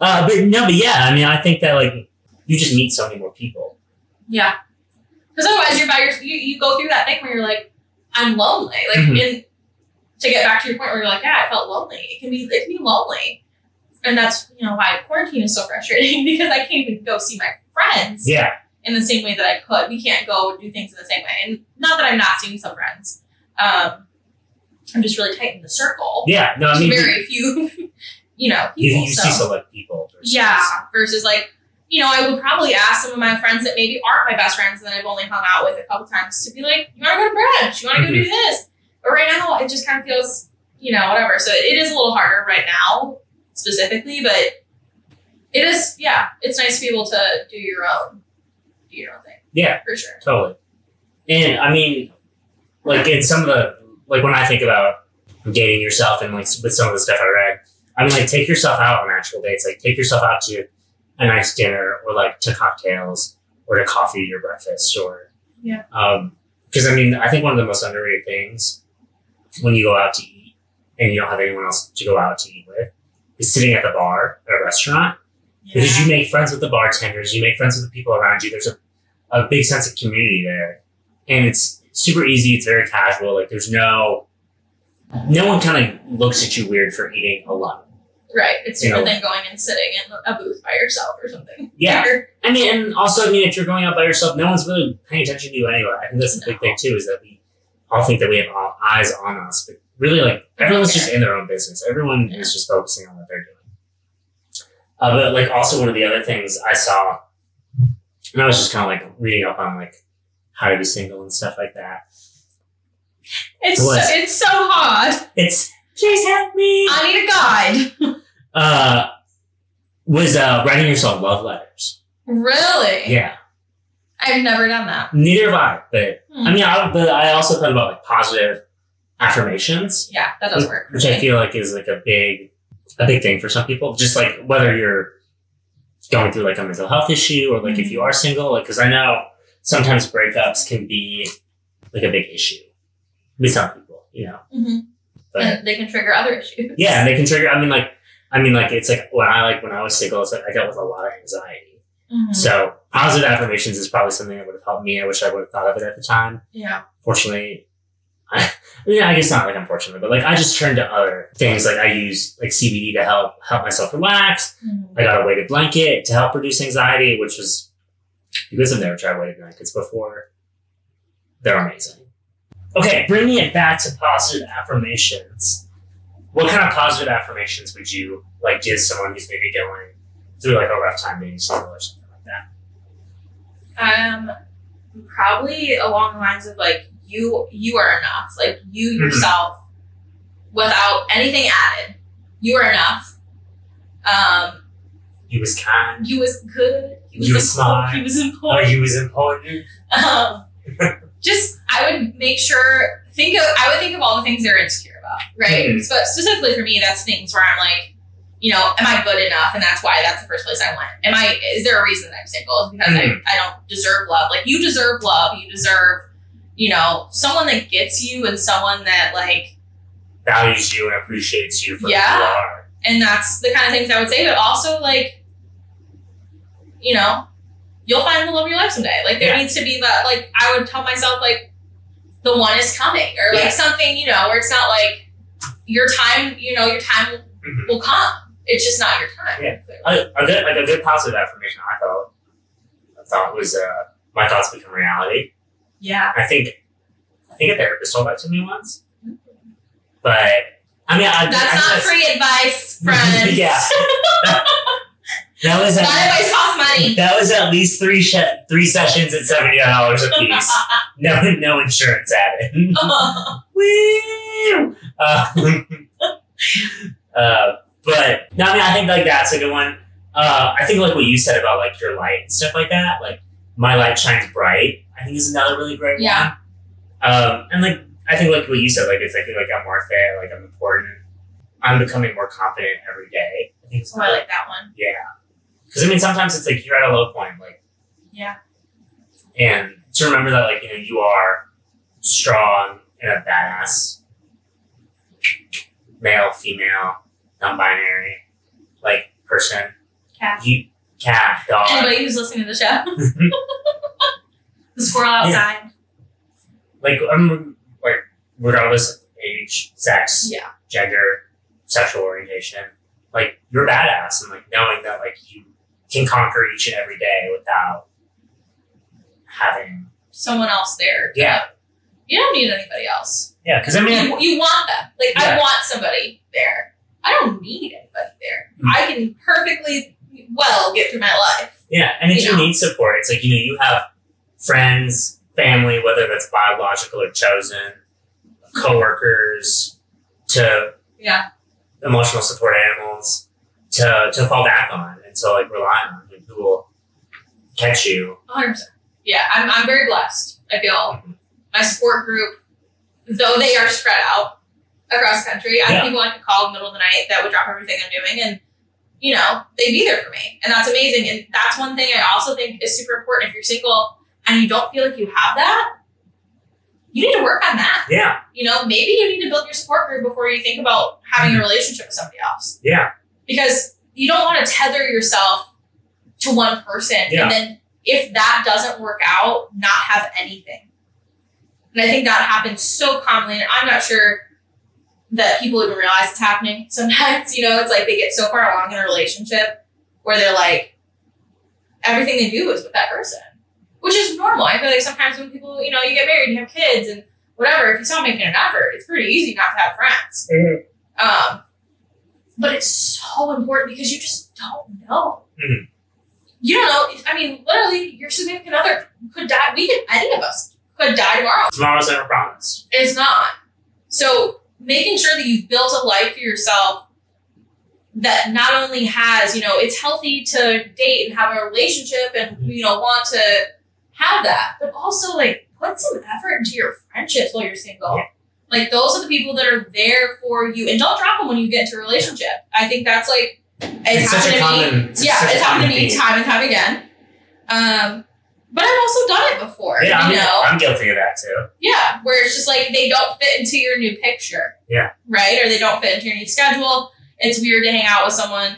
Speaker 1: Uh, but no, but yeah, I mean, I think that like you just meet so many more people.
Speaker 2: Yeah. Because otherwise, you're by your, you, you go through that thing where you're like, I'm lonely. Like,
Speaker 1: Mhm.
Speaker 2: in, to get back to your point where you're like, yeah, I felt lonely. It can be, it can be lonely. And that's, you know, why quarantine is so frustrating because I can't even go see my friends
Speaker 1: Yeah,
Speaker 2: in the same way that I could. We can't go do things in the same way. And not that I'm not seeing some friends. Um, I'm just really tight in the circle.
Speaker 1: yeah. No, I
Speaker 2: to
Speaker 1: mean, you,
Speaker 2: very few, you know,
Speaker 1: you,
Speaker 2: people.
Speaker 1: you
Speaker 2: so.
Speaker 1: see select people. versus-
Speaker 2: Yeah. Versus like, you know, I would probably ask some of my friends that maybe aren't my best friends and that I've only hung out with a couple times to be like, you want to go to brunch? You want to go
Speaker 1: Mm-hmm.
Speaker 2: do this? But right now, it just kind of feels, you know, whatever. So it is a little harder right now, specifically, but it is, yeah, it's nice to be able to do your own, do your own thing
Speaker 1: yeah,
Speaker 2: for sure.
Speaker 1: totally. And I mean, like in some of the like when I think about dating yourself and like with some of the stuff I read, I mean, like take yourself out on actual dates. Like take yourself out to a nice dinner or like to cocktails or to coffee or breakfast or
Speaker 2: Yeah.
Speaker 1: Um, because I mean, I think one of the most underrated things when you go out to eat and you don't have anyone else to go out to eat with is sitting at the bar at a restaurant because you make friends with the bartenders, you make friends with the people around you. There's a, a big sense of community there, and it's super easy. It's very casual. Like there's no, no one kind of looks at you weird for eating alone.
Speaker 2: Right. It's
Speaker 1: You
Speaker 2: different
Speaker 1: know.
Speaker 2: than going and sitting in a booth by yourself or something.
Speaker 1: Yeah, I mean, and also, I mean, if you're going out by yourself, no one's really paying attention to you anyway. I think that's the big thing too is that we all think that we have all eyes on us, but really, like everyone's just in their own business. Everyone is just focusing on what they're doing. Uh, but like, also one of the other things I saw, and I was just kind of like reading up on like how to be single and stuff like that.
Speaker 2: It's
Speaker 1: It
Speaker 2: so,
Speaker 1: was.
Speaker 2: it's so hard.
Speaker 1: It's please help me.
Speaker 2: I need a guide.
Speaker 1: Uh, was uh, writing yourself love letters.
Speaker 2: Really?
Speaker 1: Yeah,
Speaker 2: I've never done that.
Speaker 1: neither have I, but
Speaker 2: Hmm.
Speaker 1: I mean, I, but I also thought about like positive affirmations,
Speaker 2: yeah, that does work.
Speaker 1: which I feel like is like a big, a big thing for some people. Just like whether you're going through like a mental health issue or like if you are single, like because I know sometimes breakups can be like a big issue with some people, you know.
Speaker 2: hmm
Speaker 1: But
Speaker 2: And they can trigger other issues.
Speaker 1: yeah, and they can trigger. I mean, like, I mean, like it's like when I like when I was single, it's like I dealt with a lot of anxiety.
Speaker 2: Mhm.
Speaker 1: So Positive affirmations is probably something that would have helped me. I wish I would have thought of it at the time.
Speaker 2: Yeah.
Speaker 1: Fortunately, I, I mean, I guess not like unfortunately, but like I just turned to other things. Like I use like CBD to help help myself relax.
Speaker 2: Mm-hmm.
Speaker 1: I got a weighted blanket to help reduce anxiety, which was you guys have never tried weighted blankets before. They're amazing. Okay, bringing it back to positive affirmations. What kind of positive affirmations would you like give someone who's maybe going through like a rough time being single or something like that?
Speaker 2: Um, probably along the lines of like you you are enough. Like you
Speaker 1: Mhm.
Speaker 2: yourself, without anything added, you are enough. Um,
Speaker 1: You was kind.
Speaker 2: you was good. He was
Speaker 1: You
Speaker 2: impor-
Speaker 1: was smart.
Speaker 2: He was
Speaker 1: Oh,
Speaker 2: important.
Speaker 1: you was important.
Speaker 2: Um, just I would make sure think of I would think of all the things they're insecure about, right?
Speaker 1: Mhm.
Speaker 2: But specifically for me, that's things where I'm like, you know, am I good enough? And that's why that's the first place I went. Am I? Is there a reason that I'm single? It's because
Speaker 1: Mhm.
Speaker 2: I, I don't deserve love. Like you deserve love. You deserve, you know, someone that gets you and someone that like
Speaker 1: Values you and appreciates you for who you
Speaker 2: Yeah.
Speaker 1: are.
Speaker 2: and that's the kind of things I would say. But also, like, you know, you'll find the love of your life someday. Like, there
Speaker 1: Yeah.
Speaker 2: needs to be that. Like, I would tell myself, like, the one is coming, or like
Speaker 1: Yeah.
Speaker 2: something, you know, where it's not like your time. You know, your time
Speaker 1: Mhm.
Speaker 2: will come. It's just not your time.
Speaker 1: Yeah. A, a good, like a good positive affirmation. I thought, I thought was uh, my thoughts become reality.
Speaker 2: Yeah.
Speaker 1: I think, I think a therapist told that to me once. But I mean, I,
Speaker 2: That's
Speaker 1: I,
Speaker 2: not
Speaker 1: I,
Speaker 2: free advice, friends.
Speaker 1: Yeah. That was
Speaker 2: Not
Speaker 1: at,
Speaker 2: advice costs money.
Speaker 1: that was at least three sh- three sessions at seventy dollars a piece. no, no insurance
Speaker 2: Oh,
Speaker 1: added. Woo! Uh, uh, but no, I mean, I think like that's a good one. Uh, I think like what you said about like your light and stuff like that, like my light shines bright. I think is another really great
Speaker 2: Yeah.
Speaker 1: one. Um, and like I think like what you said, like it's I feel like I'm worth it. Like I'm important. I'm becoming more confident every day. I think it's
Speaker 2: oh, I like that one.
Speaker 1: yeah. Because I mean, sometimes it's like you're at a low point, like
Speaker 2: Yeah.
Speaker 1: and to remember that like you know you are strong and a badass male female non-binary like person
Speaker 2: Cat.
Speaker 1: you cat dog
Speaker 2: Anybody who's listening to the show. the squirrel outside.
Speaker 1: like i'm like regardless of age sex
Speaker 2: Yeah.
Speaker 1: gender sexual orientation like you're a badass and like knowing that like you can conquer each and every day without having
Speaker 2: someone else there.
Speaker 1: Yeah.
Speaker 2: You don't need anybody else.
Speaker 1: yeah because i mean
Speaker 2: You, you want them. Like, I
Speaker 1: Yeah.
Speaker 2: want somebody there. I don't need anybody there.
Speaker 1: Mm.
Speaker 2: I can perfectly well get through my life.
Speaker 1: Yeah, and if you
Speaker 2: Yeah.
Speaker 1: need support, it's like you know you have friends, family, whether that's biological or chosen, coworkers, to
Speaker 2: Yeah.
Speaker 1: emotional support animals, to to fall back on and to like rely on and who will catch you.
Speaker 2: 100%. Yeah, I'm, I'm very blessed. I feel my sport group, though they are spread out across the country, I
Speaker 1: Yeah.
Speaker 2: have people I could call in the middle of the night that would drop everything I'm doing and you know, they'd be there for me. And that's amazing. And that's one thing I also think is super important if you're single and you don't feel like you have that, you need to work on that.
Speaker 1: Yeah,
Speaker 2: You know, maybe you need to build your support group before you think about having a relationship with somebody else.
Speaker 1: yeah,
Speaker 2: Because you don't want to tether yourself to one person.
Speaker 1: Yeah.
Speaker 2: And then if that doesn't work out, not have anything. And I think that happens so commonly. And I'm not sure that people even realize it's happening sometimes. You know, it's like they get so far along in a relationship where they're like, everything they do is with that person, which is normal. I feel like sometimes when people, you know, you get married, you have kids, and whatever, if you stop making an effort, it's pretty easy not to have friends.
Speaker 1: Mhm.
Speaker 2: Um, but it's so important because you just don't know.
Speaker 1: Mhm.
Speaker 2: You don't know. I mean, literally, your significant other could die. We could, any of us could die tomorrow.
Speaker 1: tomorrow's never promised.
Speaker 2: It's not. So making sure that you've built a life for yourself that not only has, you know, it's healthy to date and have a relationship and,
Speaker 1: Mm-hmm.
Speaker 2: you know, want to have that, but also like put some effort into your friendships while you're single.
Speaker 1: Yeah.
Speaker 2: Like those are the people that are there for you and don't drop them when you get into a relationship. I think that's like it's,
Speaker 1: It's such
Speaker 2: happened
Speaker 1: a
Speaker 2: to me
Speaker 1: common- it's
Speaker 2: yeah,
Speaker 1: such a
Speaker 2: it's happened to
Speaker 1: common
Speaker 2: me
Speaker 1: theme.
Speaker 2: time and time again. Um, but I've also done it before.
Speaker 1: Yeah, I'm,
Speaker 2: you know,
Speaker 1: I'm guilty of that too.
Speaker 2: yeah, where it's just like they don't fit into your new picture.
Speaker 1: Yeah.
Speaker 2: Right? Or they don't fit into your new schedule. It's weird to hang out with someone,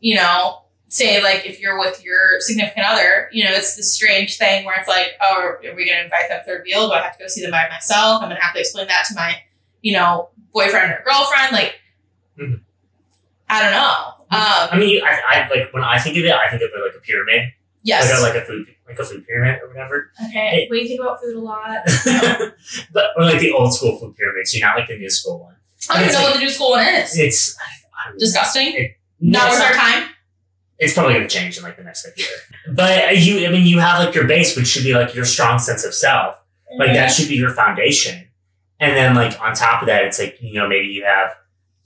Speaker 2: you know, say like if you're with your significant other, you know, it's this strange thing where it's like, oh, are we going to invite them third wheel? Do I have to go see them by myself? I'm going to have to explain that to my, you know, boyfriend or girlfriend. Like,
Speaker 1: Mhm.
Speaker 2: I don't know. Um,
Speaker 1: I mean, I, I like when I think of it, I think of it like a pyramid,
Speaker 2: yes.
Speaker 1: like, a, like a food, like a food pyramid or whatever.
Speaker 2: okay. We think about food a lot.
Speaker 1: but or like the old school food pyramid, so not like the new school one.
Speaker 2: I don't even know what the new school one is.
Speaker 1: It's I, I,
Speaker 2: Disgusting.
Speaker 1: no,
Speaker 2: Not
Speaker 1: it's
Speaker 2: worth
Speaker 1: not-
Speaker 2: our time.
Speaker 1: it's probably going to change in like the next like year. But uh, you, I mean, you have like your base, which should be like your strong sense of self. Like that should be your foundation. And then like on top of that, it's like you know maybe you have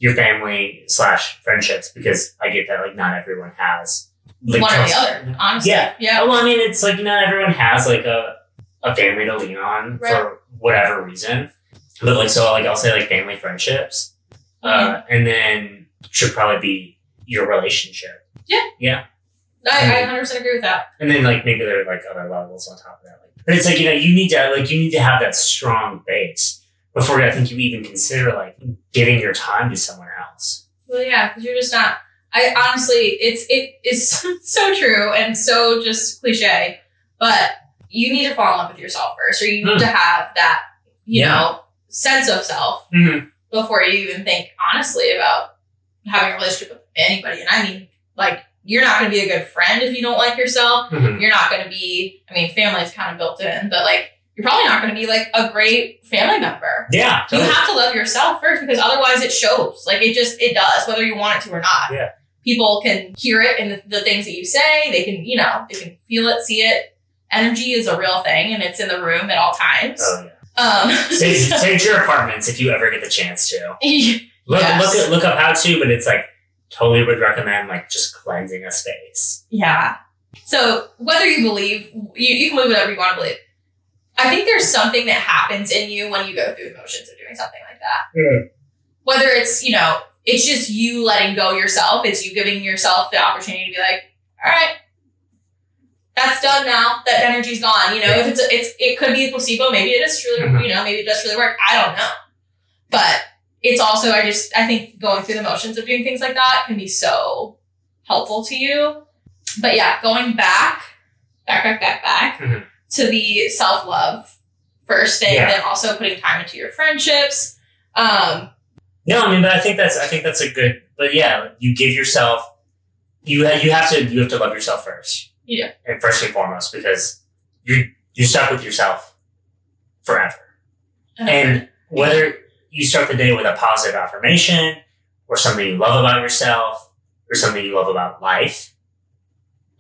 Speaker 1: your family slash friendships because I get that like not everyone has like,
Speaker 2: one or the
Speaker 1: close-
Speaker 2: other, honestly.
Speaker 1: Yeah.
Speaker 2: Yeah.
Speaker 1: Yeah, well, I mean, it's like not everyone has like a, a family to lean on
Speaker 2: Right.
Speaker 1: for whatever reason. But like, so like I'll say like family friendships, uh, and then should probably be your relationship,
Speaker 2: I, I 100% agree with that.
Speaker 1: and then like maybe there are like other levels on top of that. Like, but it's like you know you need to like you need to have that strong base before I think you even consider like giving your time to someone else.
Speaker 2: Well, yeah, because you're just not. I honestly, it's it is so true and so just cliche, but you need to fall in love with yourself first, or you need
Speaker 1: Hmm.
Speaker 2: to have that you
Speaker 1: Yeah.
Speaker 2: know sense of self
Speaker 1: Mm-hmm.
Speaker 2: before you even think honestly about having a relationship with anybody. And I mean, like, you're not going to be a good friend if you don't like yourself
Speaker 1: Mm-hmm.
Speaker 2: you're not going to be i mean family's kind of built in but like you're probably not going to be like a great family member
Speaker 1: Yeah,
Speaker 2: you
Speaker 1: totally.
Speaker 2: have to love yourself first because otherwise it shows like it just it does whether you want it to or not
Speaker 1: Yeah.
Speaker 2: people can hear it in the, the things that you say they can you know they can feel it see it energy is a real thing and it's in the room at all times
Speaker 1: Oh, yeah.
Speaker 2: um
Speaker 1: Save, save your apartments if you ever get the chance to. Look,
Speaker 2: Yes.
Speaker 1: look, look up how to, but it's like totally would recommend like just cleansing a space.
Speaker 2: Yeah. So whether you believe, you, you can believe whatever you want to believe. I think there's something that happens in you when you go through emotions of doing something like that.
Speaker 1: Yeah.
Speaker 2: Whether it's, you know, it's just you letting go yourself, it's you giving yourself the opportunity to be like, all right, that's done now. That energy's gone. You know, if it's, a, it's, it could be a placebo. Maybe it is truly,
Speaker 1: Mhm.
Speaker 2: you know, maybe it does really work. I don't know. But it's also, I just, I think going through the motions of doing things like that can be so helpful to you but yeah, going back, back, back, back, back
Speaker 1: Mhm.
Speaker 2: to the self love first thing,
Speaker 1: Yeah.
Speaker 2: then also putting time into your friendships. Um,
Speaker 1: No, I mean, but I think that's I think that's a good. But yeah, you give yourself. You ha- you have to you have to love yourself first.
Speaker 2: Yeah.
Speaker 1: And first and foremost, because you you're stuck with yourself forever. And whether you start the day with a positive affirmation or something you love about yourself or something you love about life,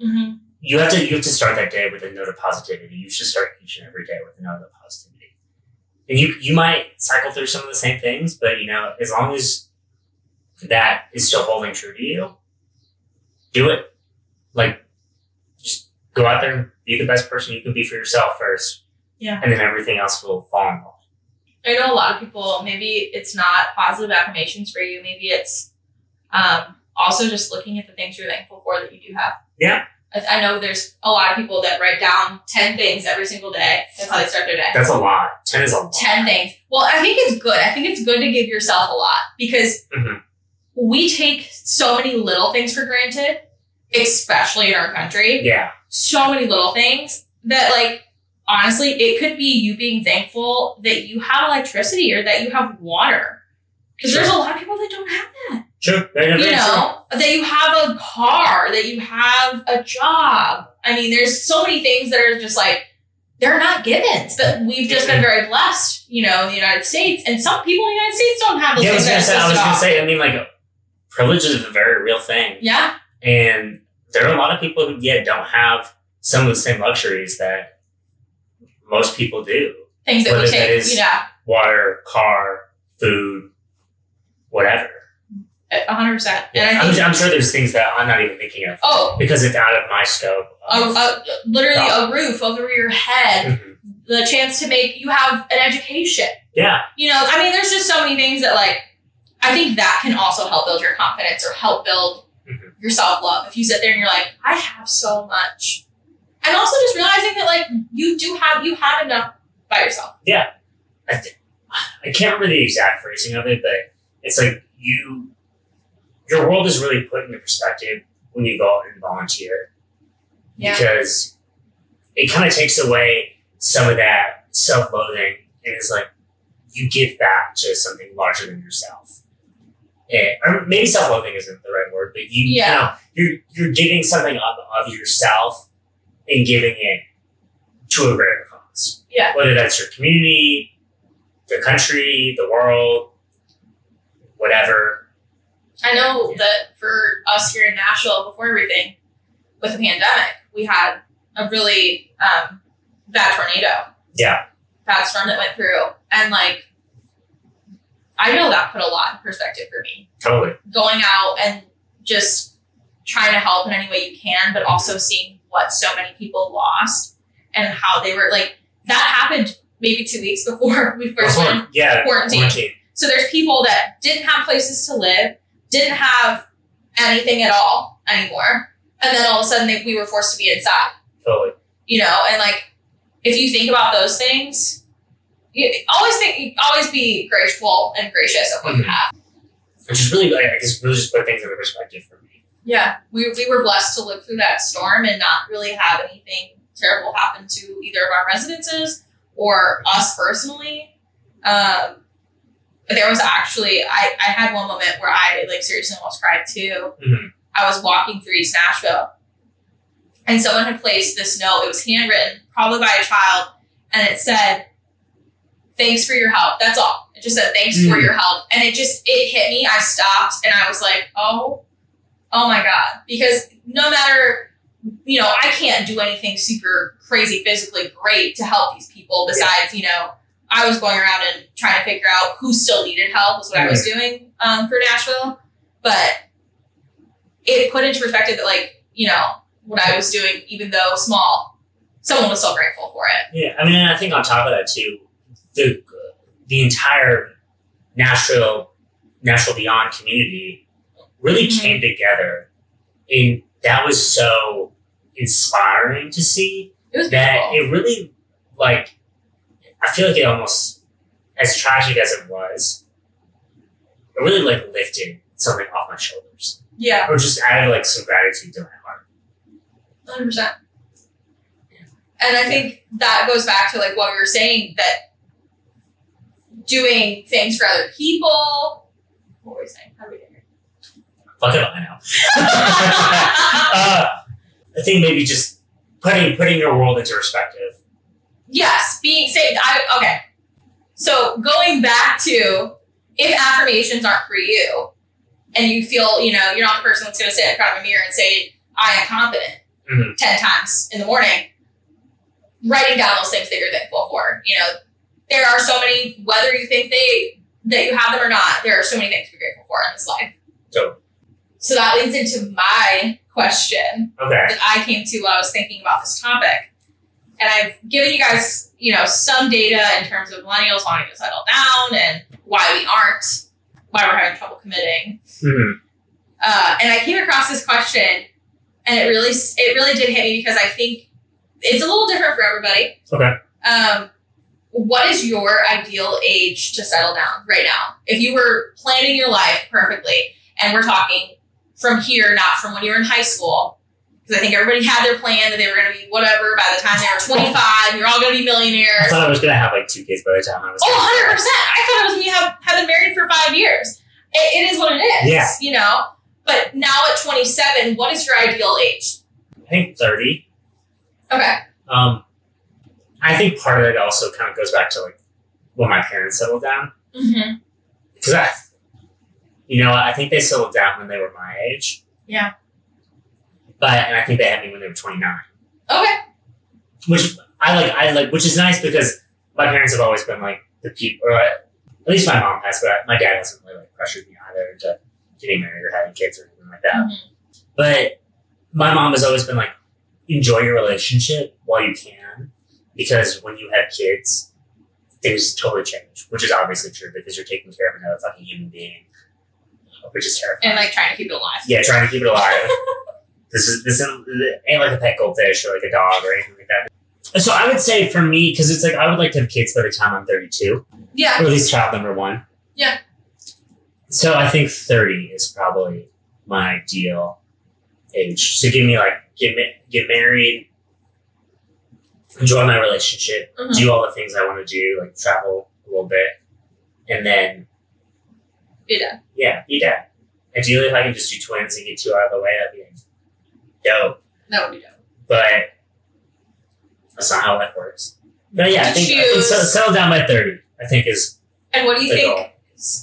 Speaker 2: Mhm.
Speaker 1: you have to you have to start that day with a note of positivity. You should start each and every day with a note of positivity. And you you might cycle through some of the same things, but you know, as long as that is still holding true to you, do it. Like just go out there and be the best person you can be for yourself first.
Speaker 2: Yeah.
Speaker 1: And then everything else will fall in line.
Speaker 2: I know a lot of people, maybe it's not positive affirmations for you, maybe it's um, also just looking at the things you're thankful for that you do have.
Speaker 1: Yeah.
Speaker 2: I, I know there's a lot of people that write down 10 things every single day. That's how they start their day.
Speaker 1: That's a lot. Ten is a lot.
Speaker 2: 10 things. Well, I think it's good. I think it's good to give yourself a lot because
Speaker 1: Mhm.
Speaker 2: we take so many little things for granted, especially in our country.
Speaker 1: Yeah.
Speaker 2: So many little things that, like, honestly, it could be you being thankful that you have electricity or that you have water. Because there's a lot of people that don't have that.
Speaker 1: True. Very, very
Speaker 2: You
Speaker 1: true.
Speaker 2: know, that you have a car, that you have a job. I mean, there's so many things that are just like, they're not givens, but we've just been very blessed, you know, in the United States. And some people in the United States don't have those
Speaker 1: Yeah, I was
Speaker 2: things. that
Speaker 1: gonna say
Speaker 2: are
Speaker 1: I was
Speaker 2: listed
Speaker 1: gonna
Speaker 2: off.
Speaker 1: say, I mean like privilege is a very real thing.
Speaker 2: Yeah,
Speaker 1: And there are a lot of people who, yeah, don't have some of the same luxuries that most people do
Speaker 2: things that
Speaker 1: Whether
Speaker 2: we
Speaker 1: that
Speaker 2: take,
Speaker 1: is-
Speaker 2: you know,
Speaker 1: water, car, food, whatever.
Speaker 2: a 100%. And I
Speaker 1: I'm,
Speaker 2: think,
Speaker 1: I'm sure there's things that I'm not even thinking of
Speaker 2: oh,
Speaker 1: because it's out of my scope.
Speaker 2: a,
Speaker 1: of-
Speaker 2: a, literally a roof over your head,
Speaker 1: Mhm.
Speaker 2: the chance to make, you have an education.
Speaker 1: yeah,
Speaker 2: you know, I mean, there's just so many things that like I think that can also help build your confidence or help build
Speaker 1: Mhm.
Speaker 2: your self love. If you sit there and you're like, I have so much, and also just realizing that like you do have you have enough by yourself.
Speaker 1: I, th- I can't remember the exact phrasing of it, but it's like you, your world is really put into perspective when you go out and volunteer
Speaker 2: Yeah.
Speaker 1: because it kind of takes away some of that self-loathing and it's like you give back to something larger than yourself. And, or maybe self-loathing isn't the right word, but you, you
Speaker 2: Yeah.
Speaker 1: know, you're you're giving something up of yourself and giving it to a greater cause.
Speaker 2: Yeah.
Speaker 1: Whether that's your community, the country, the world, whatever.
Speaker 2: I know that for us here in Nashville, before everything, with the pandemic, we had a really um, bad tornado,
Speaker 1: Yeah.
Speaker 2: bad storm that went through. And like, I know that put a lot in perspective for me.
Speaker 1: Totally.
Speaker 2: Going out and just trying to help in any way you can, but also seeing what so many people lost and how they were like, that happened maybe two weeks before we first went
Speaker 1: yeah.
Speaker 2: quarantine. So there's people that didn't have places to live, didn't have anything at all anymore, and then all of a sudden they, we were forced to be inside.
Speaker 1: Totally.
Speaker 2: You know, and like if you think about those things, you always think always be grateful and gracious of what you have.
Speaker 1: Which is really, I guess, really just put things into perspective for me.
Speaker 2: Yeah, we we were blessed to live through that storm and not really have anything terrible happen to either of our residences or us personally. Um, but there was actually I, I had one moment where I like seriously almost cried too.
Speaker 1: Mhm.
Speaker 2: I was walking through East Nashville and someone had placed this note. It was handwritten, probably by a child, and it said, Thanks for your help. That's all. It just said thanks for
Speaker 1: Mm.
Speaker 2: your help. And it just it hit me. I stopped and I was like, Oh, oh my God. Because no matter you know, I can't do anything super crazy physically great to help these people besides, you know, I was going around and trying to figure out who still needed help was what I was doing um, for Nashville. But it put into perspective that like, you know, what I was doing, even though small, someone was so grateful for it.
Speaker 1: Yeah, I mean, and I think on top of that too, the the entire Nashville, Nashville Beyond community really
Speaker 2: Mhm.
Speaker 1: came together, and that was so inspiring to see.
Speaker 2: It was
Speaker 1: That
Speaker 2: beautiful.
Speaker 1: it really, like, I feel like it almost, as tragic as it was, it really like lifted something off my shoulders,
Speaker 2: yeah,
Speaker 1: or just added like some gratitude to my heart.
Speaker 2: hundred percent. And I think that goes back to like what we were saying that doing things for other people. What were we saying? How do we get here?
Speaker 1: Fuck it, I know. uh, I think maybe just putting putting your world into perspective.
Speaker 2: Yes, being saved. I okay. So going back to if affirmations aren't for you, and you feel you know you're not the person that's going to sit in front of a mirror and say I am confident
Speaker 1: Mhm.
Speaker 2: ten times in the morning, writing down those things that you're thankful for. You know, there are so many whether you think they that you have them or not. There are so many things to be grateful for in this life.
Speaker 1: So
Speaker 2: So that leads into my question
Speaker 1: okay,
Speaker 2: that I came to while I was thinking about this topic. And I've given you guys, you know, some data in terms of millennials wanting to settle down and why we aren't, why we're having trouble committing.
Speaker 1: Mhm.
Speaker 2: Uh, and I came across this question, and it really, it really did hit me because I think it's a little different for everybody.
Speaker 1: Okay.
Speaker 2: Um, what is your ideal age to settle down right now? If you were planning your life perfectly, and we're talking from here, not from when you were in high school, because I think everybody had their plan that they were going to be whatever by the time they were 25. You're all going to be
Speaker 1: I
Speaker 2: millionaires.
Speaker 1: thought I was gonna have like two kids by the time I was.
Speaker 2: Oh, 100%. I thought it was when you have, have been married for five years. It, it is what it is.
Speaker 1: Yeah.
Speaker 2: You know? But now at 27, what is your ideal age?
Speaker 1: I think thirty.
Speaker 2: Okay.
Speaker 1: Um, I think part of it also kind of goes back to like when my parents settled down
Speaker 2: Mm-hmm.
Speaker 1: because I, you know, I think they settled down when they were my age.
Speaker 2: Yeah.
Speaker 1: But and I think they had me when they were twenty nine,
Speaker 2: Okay.
Speaker 1: which I like. I like, which is nice because my parents have always been like the people, or uh, at least my mom has, but my dad hasn't really like pressured me either into getting married or having kids or anything like that.
Speaker 2: Mhm.
Speaker 1: But my mom has always been like, enjoy your relationship while you can, because when you have kids, things totally change, which is obviously true because you're taking care of another fucking human being, which is terrifying.
Speaker 2: And like trying to keep it alive.
Speaker 1: Yeah, trying to keep it alive. this is this ain't, ain't like a pet goldfish or like a dog or anything like that. So I would say for me, because it's like I would like to have kids by the time I'm 32,
Speaker 2: Yeah.
Speaker 1: or at least child number one.
Speaker 2: Yeah.
Speaker 1: So I think 30 is probably my ideal age. So give me like get ma- get married, enjoy my relationship,
Speaker 2: Mhm.
Speaker 1: do all the things I want to do, like travel a little bit, and then
Speaker 2: Be done.
Speaker 1: yeah, be done. Ideally, if I can just do twins and get two out of the way, that'd be dope.
Speaker 2: That would be dope.
Speaker 1: But that's not how life works. But yeah, I
Speaker 2: To
Speaker 1: think, I think
Speaker 2: choose-
Speaker 1: settle, settle down by thirty. I think is
Speaker 2: And what do you
Speaker 1: the
Speaker 2: think?
Speaker 1: goal.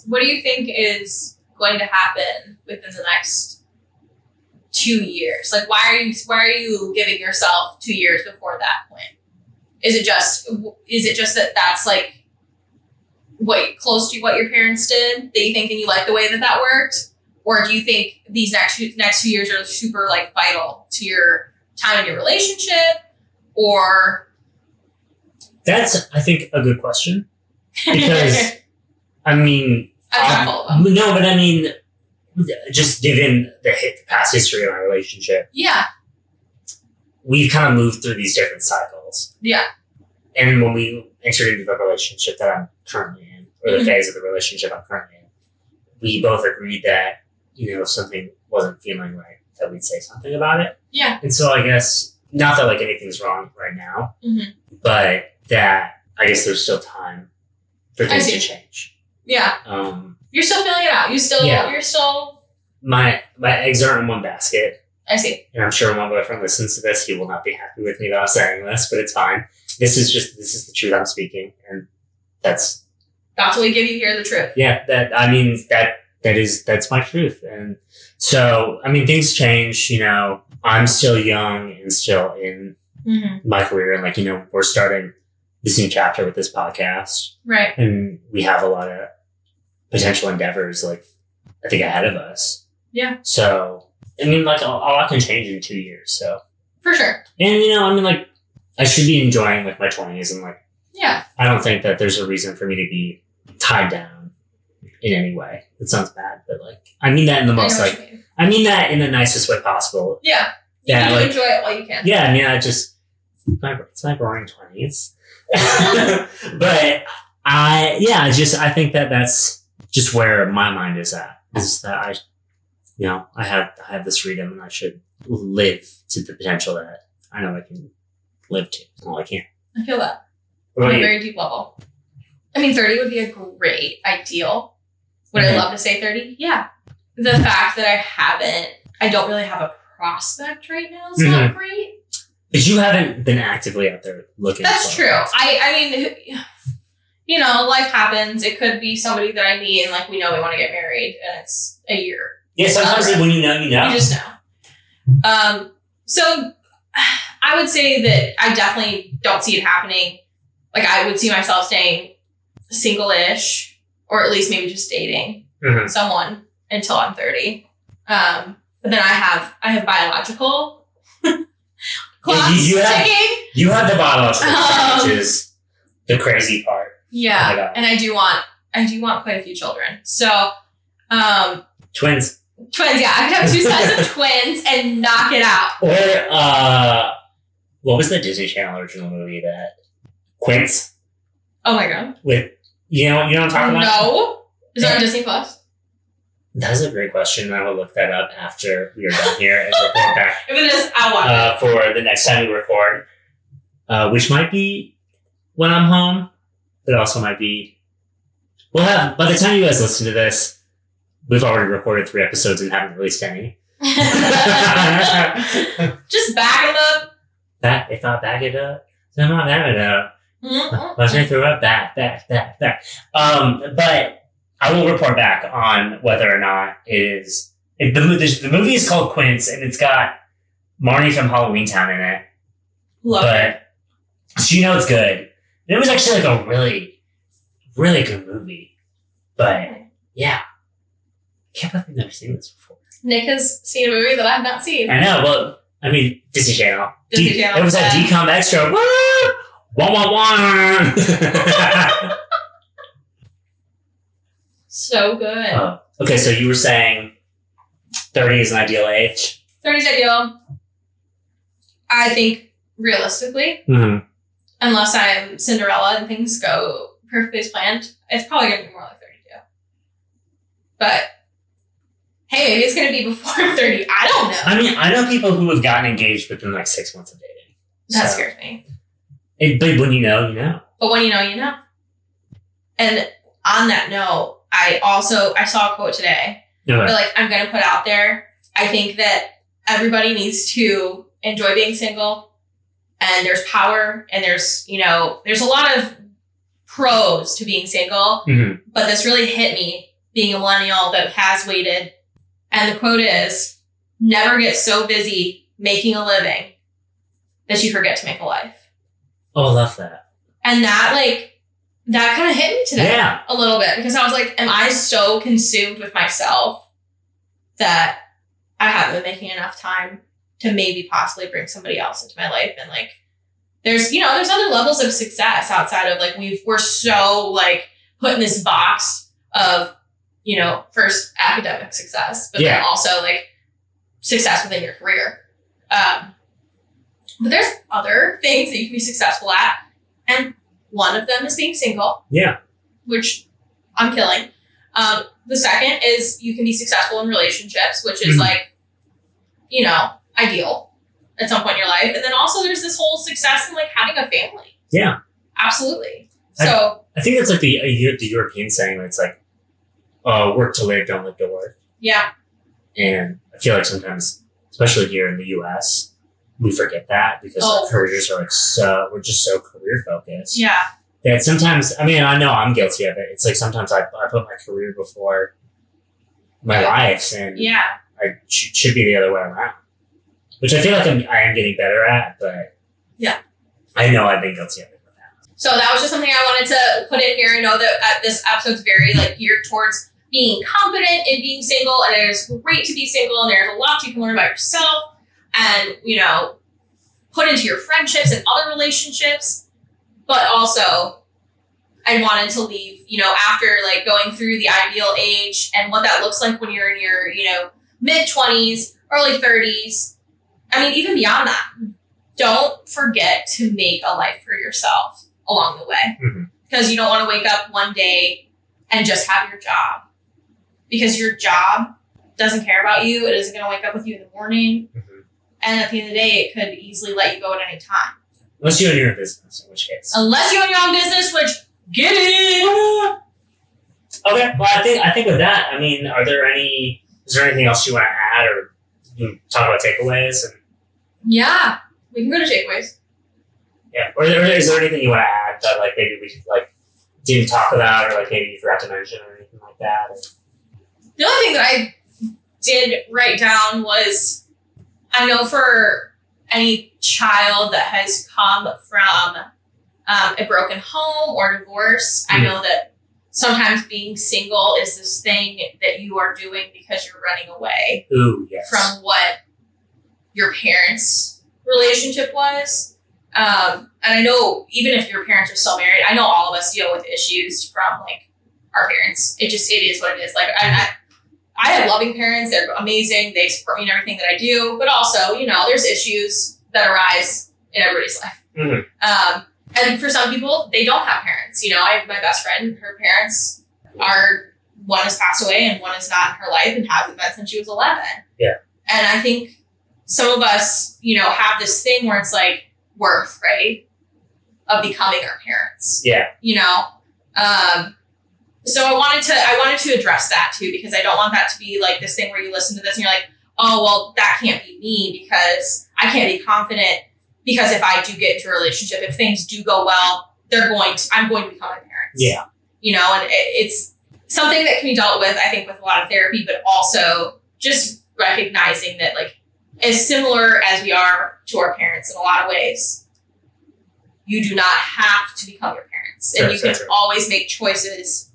Speaker 2: What do you think is going to happen within the next two years? Like, why are you why are you giving yourself two years before that point? Is it just is it just that that's like what close to what your parents did that you think and you like the way that that worked, or do you think these next two, next two years are super like vital to your time in your relationship? Or
Speaker 1: That's I think a good question because I mean
Speaker 2: I've got both of them.
Speaker 1: Um, No, but I mean, just given the, hi- the past history of our relationship,
Speaker 2: Yeah,
Speaker 1: we've kind of moved through these different cycles.
Speaker 2: Yeah.
Speaker 1: And when we entered into the relationship that I'm currently in, or the
Speaker 2: Mhm.
Speaker 1: phase of the relationship I'm currently in, we both agreed that, you know, if something wasn't feeling right, that we'd say something about it.
Speaker 2: yeah,
Speaker 1: And so I guess, not that like anything's wrong right now,
Speaker 2: Mhm.
Speaker 1: but that I guess there's still time for
Speaker 2: I
Speaker 1: things to
Speaker 2: see.
Speaker 1: change.
Speaker 2: yeah.
Speaker 1: Um,
Speaker 2: You're still filling it out. You still,
Speaker 1: Yeah.
Speaker 2: you're still.
Speaker 1: my my eggs aren't in one basket,
Speaker 2: I see.
Speaker 1: and I'm sure when my boyfriend listens to this, he will not be happy with me that I'm saying this, but it's fine. This is just this is the truth I'm speaking, and that's
Speaker 2: That's what we give you here. The truth.
Speaker 1: yeah. That I mean that that is that's my truth, and so I mean things change. You know, I'm still young and still in
Speaker 2: Mm-hmm.
Speaker 1: my career, and like you know, we're starting this new chapter with this podcast,
Speaker 2: Right.
Speaker 1: and we have a lot of potential endeavors like i think ahead of us
Speaker 2: Yeah.
Speaker 1: so i mean like a, a lot can change in two years so
Speaker 2: For sure.
Speaker 1: and you know i mean like i should be enjoying like my 20s and like
Speaker 2: Yeah.
Speaker 1: i don't think that there's a reason for me to be tied down in any way it sounds bad but like i mean that in the
Speaker 2: I know
Speaker 1: most
Speaker 2: what
Speaker 1: like
Speaker 2: you mean.
Speaker 1: i mean that in the nicest way possible
Speaker 2: Yeah.
Speaker 1: yeah
Speaker 2: you
Speaker 1: like
Speaker 2: enjoy it while you can.
Speaker 1: yeah, I mean, I just my, it's my boring twenties, but I yeah, I just I think that that's just where my mind is at is that I, you know, I have I have this freedom and I should live to the potential that I know I can live to. Well, I can't.
Speaker 2: I feel that
Speaker 1: What
Speaker 2: on
Speaker 1: about
Speaker 2: a
Speaker 1: you?
Speaker 2: very deep level. I mean, thirty would be a great ideal. Would
Speaker 1: Mhm.
Speaker 2: I love to say thirty? Yeah. The fact that I haven't, I don't really have a prospect right now is not
Speaker 1: Mm-hmm.
Speaker 2: great.
Speaker 1: But you haven't been actively out there looking.
Speaker 2: That's
Speaker 1: for-
Speaker 2: true. I I mean, you know, life happens. It could be somebody that I meet, and like we know we want to get married, and it's a year.
Speaker 1: Yeah, sometimes when you know, you know.
Speaker 2: You just know. Um. So, I would say that I definitely don't see it happening. Like I would see myself staying single-ish, or at least maybe just dating
Speaker 1: Mhm.
Speaker 2: someone until I'm thirty. Um. But then I have I have biological clocks
Speaker 1: you- you have-
Speaker 2: ticking.
Speaker 1: You have the biological
Speaker 2: Um,
Speaker 1: side, which is the crazy part.
Speaker 2: Yeah.
Speaker 1: Oh my God.
Speaker 2: and I do want I do want quite a few children. So um
Speaker 1: Twins
Speaker 2: twins, yeah, I could have two sets of twins and knock it out.
Speaker 1: Or uh, what was the Disney Channel original movie that Quince
Speaker 2: Oh my god.
Speaker 1: with you know you know what I'm
Speaker 2: Oh,
Speaker 1: talking about?
Speaker 2: No. Is that on Disney Plus?
Speaker 1: That's a great question. I will look that up after we are done here and report back
Speaker 2: If it is, I want
Speaker 1: uh, for the next time we record, uh, which might be when I'm home, but also might be we'll have by the time you guys listen to this, we've already recorded three episodes and haven't released any.
Speaker 2: it. Just back them up.
Speaker 1: back if I back it up, then I'm not bad it up.
Speaker 2: Mm-mm.
Speaker 1: Let's make throw it back, back, back, back. Um, but I will report back on whether or not it is. It, the, mo- the, the movie is called Quince, and it's got Marnie from Halloween Town in it.
Speaker 2: Love it.
Speaker 1: But so you know it's good. And it was actually like a really, really good movie. But yeah, can't believe I've never seen this before.
Speaker 2: Nick has seen a movie that I've not seen.
Speaker 1: I know. Well, I mean Disney Channel.
Speaker 2: Disney
Speaker 1: D-
Speaker 2: Channel,
Speaker 1: It was that
Speaker 2: yeah.
Speaker 1: DCOM extra. Woo! Wah wah wah.
Speaker 2: So good.
Speaker 1: Oh, okay, so you were saying 30 is an ideal age.
Speaker 2: 30's ideal. I think realistically,
Speaker 1: Mm-hmm.
Speaker 2: unless I'm Cinderella and things go perfectly as planned, it's probably gonna be more like 32. But hey, hey, maybe it's gonna be before thirty. I don't know.
Speaker 1: I mean, I know people who have gotten engaged within like six months of dating.
Speaker 2: That
Speaker 1: so,
Speaker 2: scares me.
Speaker 1: it, but when you know, you know.
Speaker 2: But when you know, you know. And on that note, I also I saw a quote today
Speaker 1: No,
Speaker 2: but like I'm gonna put out there. I think that everybody needs to enjoy being single, and there's power, and there's you know there's a lot of pros to being single,
Speaker 1: Mhm.
Speaker 2: but this really hit me being a millennial that has waited. And the quote is, "Never get so busy making a living that you forget to make a life."
Speaker 1: Oh, I love that.
Speaker 2: And that like that kind of hit me today
Speaker 1: Yeah.
Speaker 2: a little bit because I was like, am I so consumed with myself that I haven't been making enough time to maybe possibly bring somebody else into my life and like there's you know there's other levels of success outside of like we've we're so like put in this box of you know first academic success but then
Speaker 1: Yeah.
Speaker 2: also like success within your career um, but there's other things that you can be successful at and one of them is being single
Speaker 1: Yeah.
Speaker 2: which I'm killing. Um, the second is you can be successful in relationships, which is
Speaker 1: Mhm.
Speaker 2: like, you know, ideal at some point in your life. And then also there's this whole success in like having a family.
Speaker 1: Yeah.
Speaker 2: Absolutely.
Speaker 1: I-
Speaker 2: So
Speaker 1: I think that's like the uh, Eu- the European saying where it's like, uh, work to live, don't live to work.
Speaker 2: yeah,
Speaker 1: And I feel like sometimes, especially here in the U.S., we forget that because
Speaker 2: Oh.
Speaker 1: our careers are like so we're just so career focused.
Speaker 2: yeah,
Speaker 1: that sometimes I mean I know I'm guilty of it. It's like sometimes I, I put my career before my
Speaker 2: Yeah.
Speaker 1: life, and
Speaker 2: yeah.
Speaker 1: I sh- should be the other way around. Which I feel like I'm, I am getting better at, but
Speaker 2: Yeah.
Speaker 1: I know I've been guilty of it. in the past.
Speaker 2: So that was just something I wanted to put in here. I know that uh, this episode's very like geared towards being competent in being single, and it is great to be single, and there's a lot you can learn about yourself, and you know, put into your friendships and other relationships. But also, I wanted to leave, you know, after like going through the ideal age and what that looks like when you're in your, you know, mid twenties, early thirties. I mean, even beyond that, don't forget to make a life for yourself along the way
Speaker 1: Mhm.
Speaker 2: because you don't want to wake up one day and just have your job because your job doesn't care about you it isn't going to wake up with you in the morning
Speaker 1: Mhm.
Speaker 2: and at the end of the day it could easily let you go at any time
Speaker 1: Unless you're in your business, in which case.
Speaker 2: unless you own your own business which get it
Speaker 1: Okay, well I think I think with that, I mean, are there any is there anything else you want to add or you talk about takeaways and
Speaker 2: yeah we can go to takeaways
Speaker 1: yeah. Or, or is there anything you want to add that like maybe we like didn't talk about or like maybe you forgot to mention or anything like that? Or-
Speaker 2: the only thing that i did write down was i know for any child that has come from um, a broken home or divorce. I
Speaker 1: Mhm.
Speaker 2: know that sometimes being single is this thing that you are doing because you're running away
Speaker 1: Ooh, yes.
Speaker 2: from what your parents' relationship was. Um, and I know even if your parents are still married, I know all of us deal with issues from like our parents. It just it is what it is. Like I. I I have loving parents. They're amazing. They support me in everything that I do. But also, you know, there's issues that arise in everybody's life.
Speaker 1: Mhm.
Speaker 2: Um, and for some people, they don't have parents. You know, I have my best friend, her parents are one has passed away and one is not in her life and hasn't been since she was 11.
Speaker 1: Yeah.
Speaker 2: And I think some of us, you know, have this thing where it's like we're afraid of becoming our parents
Speaker 1: Yeah.
Speaker 2: you know um so i wanted to i wanted to address that too because i don't want that to be like this thing where you listen to this and you're like oh well that can't be me because i can't be confident because if i do get into a relationship if things do go well they're going to i'm going to become my parents
Speaker 1: Yeah.
Speaker 2: you know and it, it's something that can be dealt with i think with a lot of therapy but also just recognizing that like as similar as we are to our parents in a lot of ways you do not have to become your parents and
Speaker 1: Sure,
Speaker 2: you
Speaker 1: sure,
Speaker 2: can
Speaker 1: sure.
Speaker 2: always make choices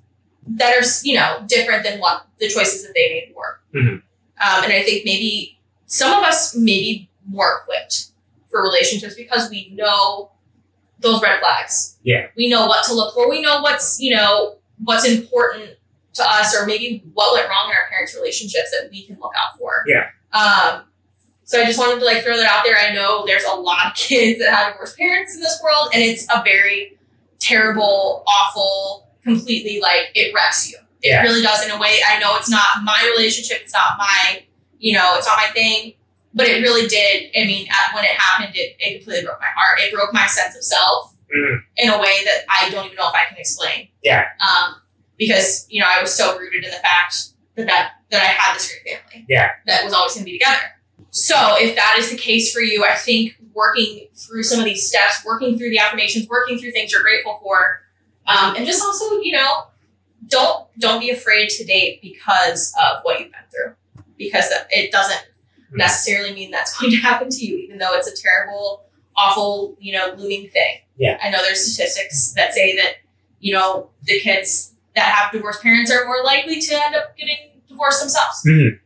Speaker 2: that are you know different than what the choices that they made were
Speaker 1: Mhm.
Speaker 2: um, and i think maybe some of us may be more equipped for relationships because we know those red flags we know what to look for. We know what's, you know, what's important to us or maybe what went wrong in our parents' relationships that we can look out for.
Speaker 1: Yeah.
Speaker 2: Um, so I just wanted to like throw that out there. I know there's a lot of kids that have divorced parents in this world, and it's a very terrible, awful, completely like it wrecks you.
Speaker 1: Yeah.
Speaker 2: It really does in a way. I know it's not my relationship. It's not my, you know, it's not my thing. But it really did. I mean, at, when it happened, it, it completely broke my heart. It broke my sense of self
Speaker 1: Mm.
Speaker 2: in a way that I don't even know if I can explain.
Speaker 1: Yeah.
Speaker 2: Um, because you know I was so rooted in the fact that that, that I had this great family.
Speaker 1: Yeah.
Speaker 2: That was always going to be together. So if that is the case for you, I think working through some of these steps, working through the affirmations, working through things you're grateful for, um, and just also you know don't don't be afraid to date because of what you've been through because it doesn't
Speaker 1: Mhm.
Speaker 2: necessarily mean that's going to happen to you even though it's a terrible awful you know looming thing
Speaker 1: Yeah.
Speaker 2: i know there's statistics that say that you know the kids that have divorced parents are more likely to end up getting divorced themselves
Speaker 1: Mhm.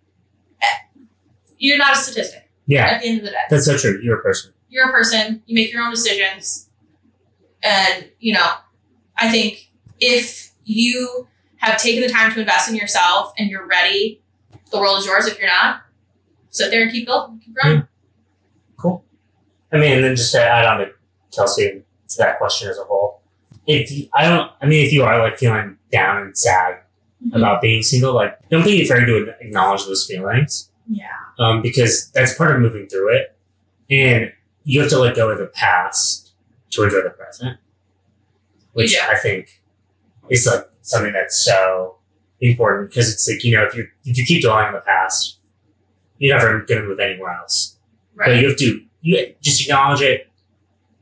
Speaker 2: you're not a statistic
Speaker 1: Yeah.
Speaker 2: at the end of the day
Speaker 1: That's so true. You're a person.
Speaker 2: you're a person, you make your own decisions. And, you know, I think if you have taken the time to invest in yourself and you're ready, the world is yours. If you're not, sit there and keep building, keep growing.
Speaker 1: Mm. I mean, and then just to add on to Kelsey to that question as a whole, if you, I don't, I mean, if you are like feeling down and sad
Speaker 2: Mm-hmm.
Speaker 1: about being single, like don't be afraid to acknowledge those feelings
Speaker 2: Yeah.
Speaker 1: um, because that's part of moving through it, and you have to let go of the past to enjoy the present, which
Speaker 2: Yeah.
Speaker 1: I think is like something that's so important because it's like you know if you if you keep dwelling on the past, you're never going to move anywhere else. But
Speaker 2: Right.
Speaker 1: you have to you just acknowledge it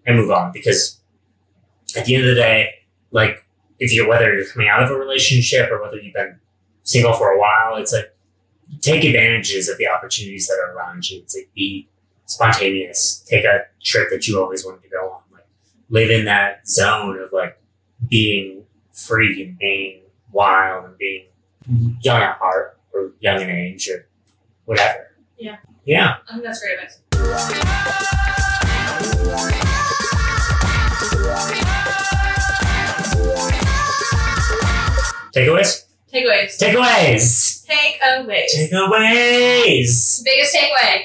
Speaker 1: and move on because at the end of the day, like if you whether you're coming out of a relationship or whether you've been single for a while, it's like take advantages of the opportunities that are around you. It's like be spontaneous, take a trip that you always wanted to go on, like live in that zone of like being free and being wild and being
Speaker 2: Mm-hmm.
Speaker 1: young at heart or young in age or whatever.
Speaker 2: Yeah.
Speaker 1: Yeah.
Speaker 2: I think that's great advice.
Speaker 1: Takeaways?
Speaker 2: Takeaways.
Speaker 1: Takeaways!
Speaker 2: Takeaways.
Speaker 1: Takeaways!
Speaker 2: Biggest takeaway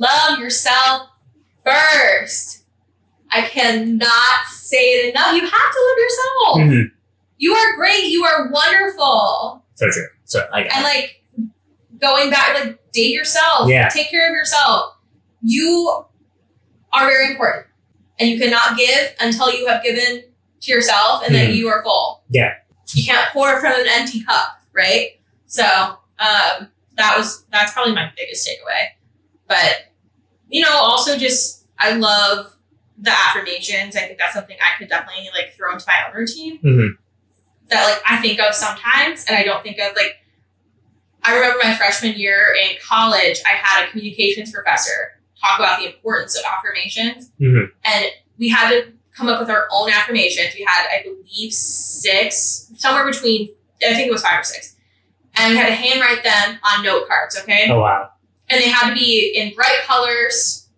Speaker 2: love yourself first. I cannot say it enough. You have to love yourself.
Speaker 1: Mhm.
Speaker 2: You are great. You are wonderful.
Speaker 1: So true. So I got
Speaker 2: And like going back, like date yourself.
Speaker 1: Yeah.
Speaker 2: Take care of yourself. You are very important. And you cannot give until you have given to yourself and that
Speaker 1: Mhm.
Speaker 2: you are full.
Speaker 1: Yeah.
Speaker 2: You can't pour from an empty cup, right? So um that was that's probably my biggest takeaway. But you know, also just I love the affirmations. I think that's something I could definitely like throw into my own routine
Speaker 1: Mhm.
Speaker 2: that like I think of sometimes and I don't think of like I remember my freshman year in college, I had a communications professor talk about the importance of affirmations.
Speaker 1: Mhm.
Speaker 2: And we had to come up with our own affirmations. We had, I believe, six, somewhere between, I think it was five or six. And we had to handwrite them on note cards, okay?
Speaker 1: Oh wow.
Speaker 2: and they had to be in bright colors.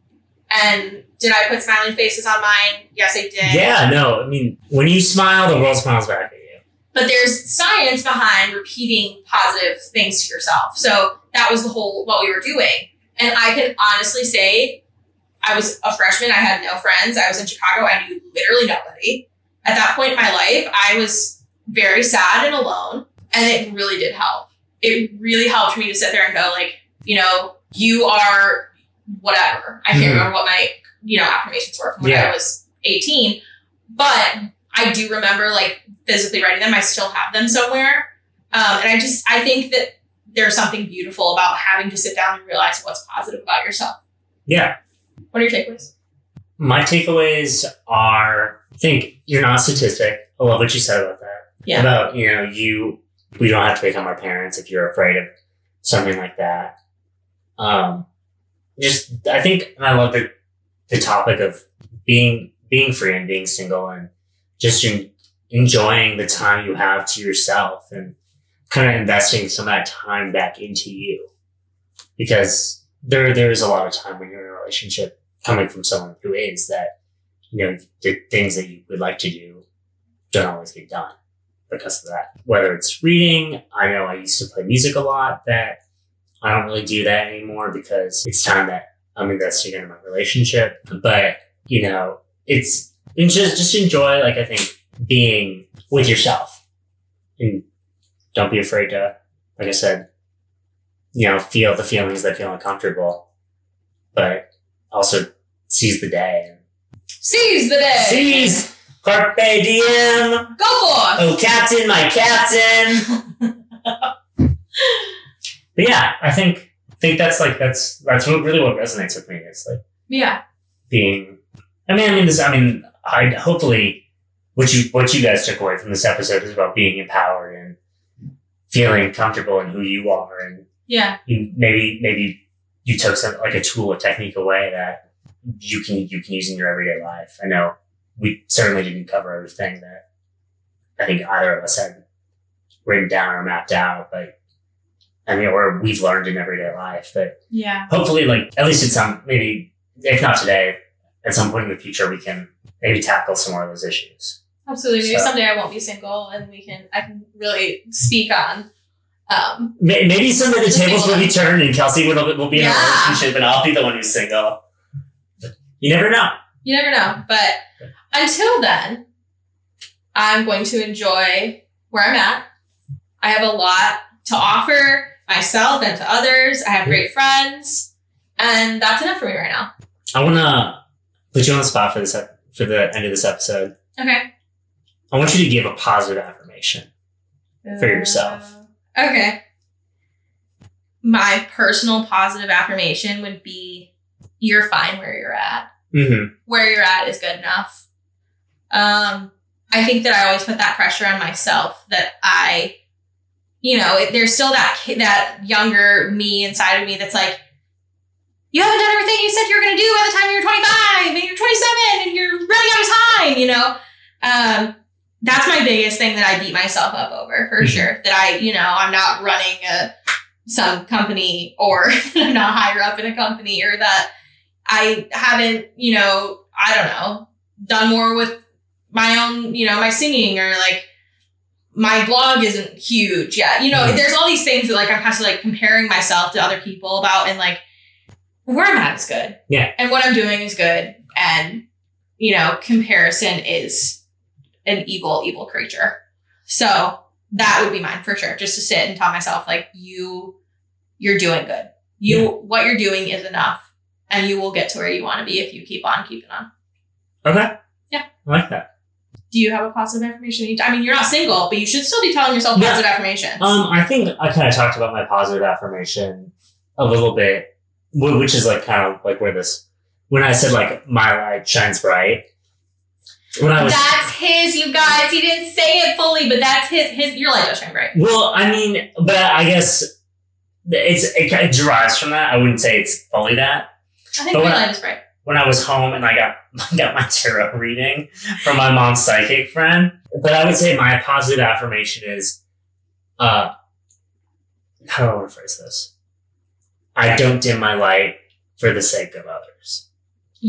Speaker 2: And did I put smiley faces on mine? Yes, I did.
Speaker 1: Yeah, no, I mean, when you smile, the world smiles back at you.
Speaker 2: But there's science behind repeating positive things to yourself. So that was the whole what we were doing. And I can honestly say, I was a freshman. I had no friends. I was in Chicago. I knew literally nobody. At that point in my life, I was very sad and alone. And it really did help. It really helped me to sit there and go, like, you know, you are whatever. I can't
Speaker 1: Mhm.
Speaker 2: remember what my, you know, affirmations were from when
Speaker 1: Yeah.
Speaker 2: I was 18. But I do remember like physically writing them. I still have them somewhere. Um, and I just, I think that there's something beautiful about having to sit down and realize what's positive about yourself.
Speaker 1: Yeah.
Speaker 2: What are your takeaways?
Speaker 1: My takeaways are I think you're not a statistic. I love what you said about that.
Speaker 2: Yeah.
Speaker 1: About, you know, you we don't have to become our parents if you're afraid of something like that. Um just I think and I love the the topic of being being free and being single and just en- enjoying the time you have to yourself and kind of investing some of that time back into you because there there is a lot of time when you're in a relationship coming from someone who is that you know the things that you would like to do don't always get done because of that whether it's reading i know i used to play music a lot that i don't really do that anymore because it's time that i'm investing in my relationship but you know it's and just just enjoy like i think being with yourself and don't be afraid to, like I said, you know, feel the feelings that feel uncomfortable, but also seize the day.
Speaker 2: Seize the day.
Speaker 1: Seize carpe diem.
Speaker 2: Go forth.
Speaker 1: Oh, captain, my captain. but yeah, I think think that's like that's that's what really what resonates with me is like
Speaker 2: Yeah.
Speaker 1: being. I mean, I mean this. I mean, I hopefully what you what you guys took away from this episode is about being empowered and feeling comfortable in who you are and
Speaker 2: Yeah.
Speaker 1: you maybe maybe you took some like a tool or technique away that you can you can use in your everyday life. I know we certainly didn't cover everything that I think either of us had written down or mapped out, but I mean, or we've learned in everyday life. But
Speaker 2: Yeah.
Speaker 1: hopefully, like at least at some maybe if not today, at some point in the future, we can maybe tackle some more of those issues.
Speaker 2: Absolutely. Maybe
Speaker 1: So-
Speaker 2: someday I won't be single and we can I can really speak on um
Speaker 1: May- Maybe someday the
Speaker 2: Just
Speaker 1: tables will be
Speaker 2: single.
Speaker 1: turned and Kelsey will, will be in
Speaker 2: Yeah.
Speaker 1: a relationship, and I'll be the one who's single. You never know.
Speaker 2: you never know. But until then, I'm going to enjoy where I'm at. I have a lot to offer myself and to others. I have great friends. And that's enough for me right now.
Speaker 1: I want to put you on the spot for this ep- for the end of this episode.
Speaker 2: Okay.
Speaker 1: I want you to give a positive affirmation. For yourself.
Speaker 2: Uh, Okay. My personal positive affirmation would be you're fine where you're at.
Speaker 1: Mm-hmm.
Speaker 2: where you're at is good enough. Um, I think that I always put that pressure on myself that I, you know, it, there's still that ki- that younger me inside of me that's like, you haven't done everything you said you were going to do by the time you're 25 and you're 27 and you're running out of time, you know. Um, that's my biggest thing that I beat myself up over for
Speaker 1: Mhm.
Speaker 2: sure. That I, you know, I'm not running a some company or I'm not higher up in a company or that I haven't, you know, I don't know, done more with my own, you know, my singing or like my blog isn't huge yet. You know,
Speaker 1: Mhm.
Speaker 2: there's all these things that like I'm constantly like comparing myself to other people about and like where I'm at is good.
Speaker 1: Yeah.
Speaker 2: And what I'm doing is good. And, you know, comparison is an evil, evil creature. So that would be mine for sure. Just to sit and tell myself, like, you, you're doing good. You,
Speaker 1: Yeah.
Speaker 2: what you're doing is enough and you will get to where you want to be if you keep on keeping on.
Speaker 1: Okay.
Speaker 2: Yeah.
Speaker 1: I like that.
Speaker 2: Do you have a positive affirmation? that you- I mean, you're not single, but you should still be telling yourself
Speaker 1: Yeah.
Speaker 2: positive affirmations.
Speaker 1: Um, I think I kind of talked about my positive affirmation a little bit, wh- which is like kind of like where this when I said like my light shines bright. When I was
Speaker 2: that's his, you guys. He didn't say it fully, but that's his. His your light does shine bright.
Speaker 1: well, I mean, but I guess it's it kind of derives from that. I wouldn't say it's fully that.
Speaker 2: I think
Speaker 1: But
Speaker 2: your
Speaker 1: when I-
Speaker 2: light is bright.
Speaker 1: when I was home and I got I got my tarot reading from my mom's psychic friend. But I would say my positive affirmation is, uh, how do I want to phrase this? I don't dim my light for the sake of others.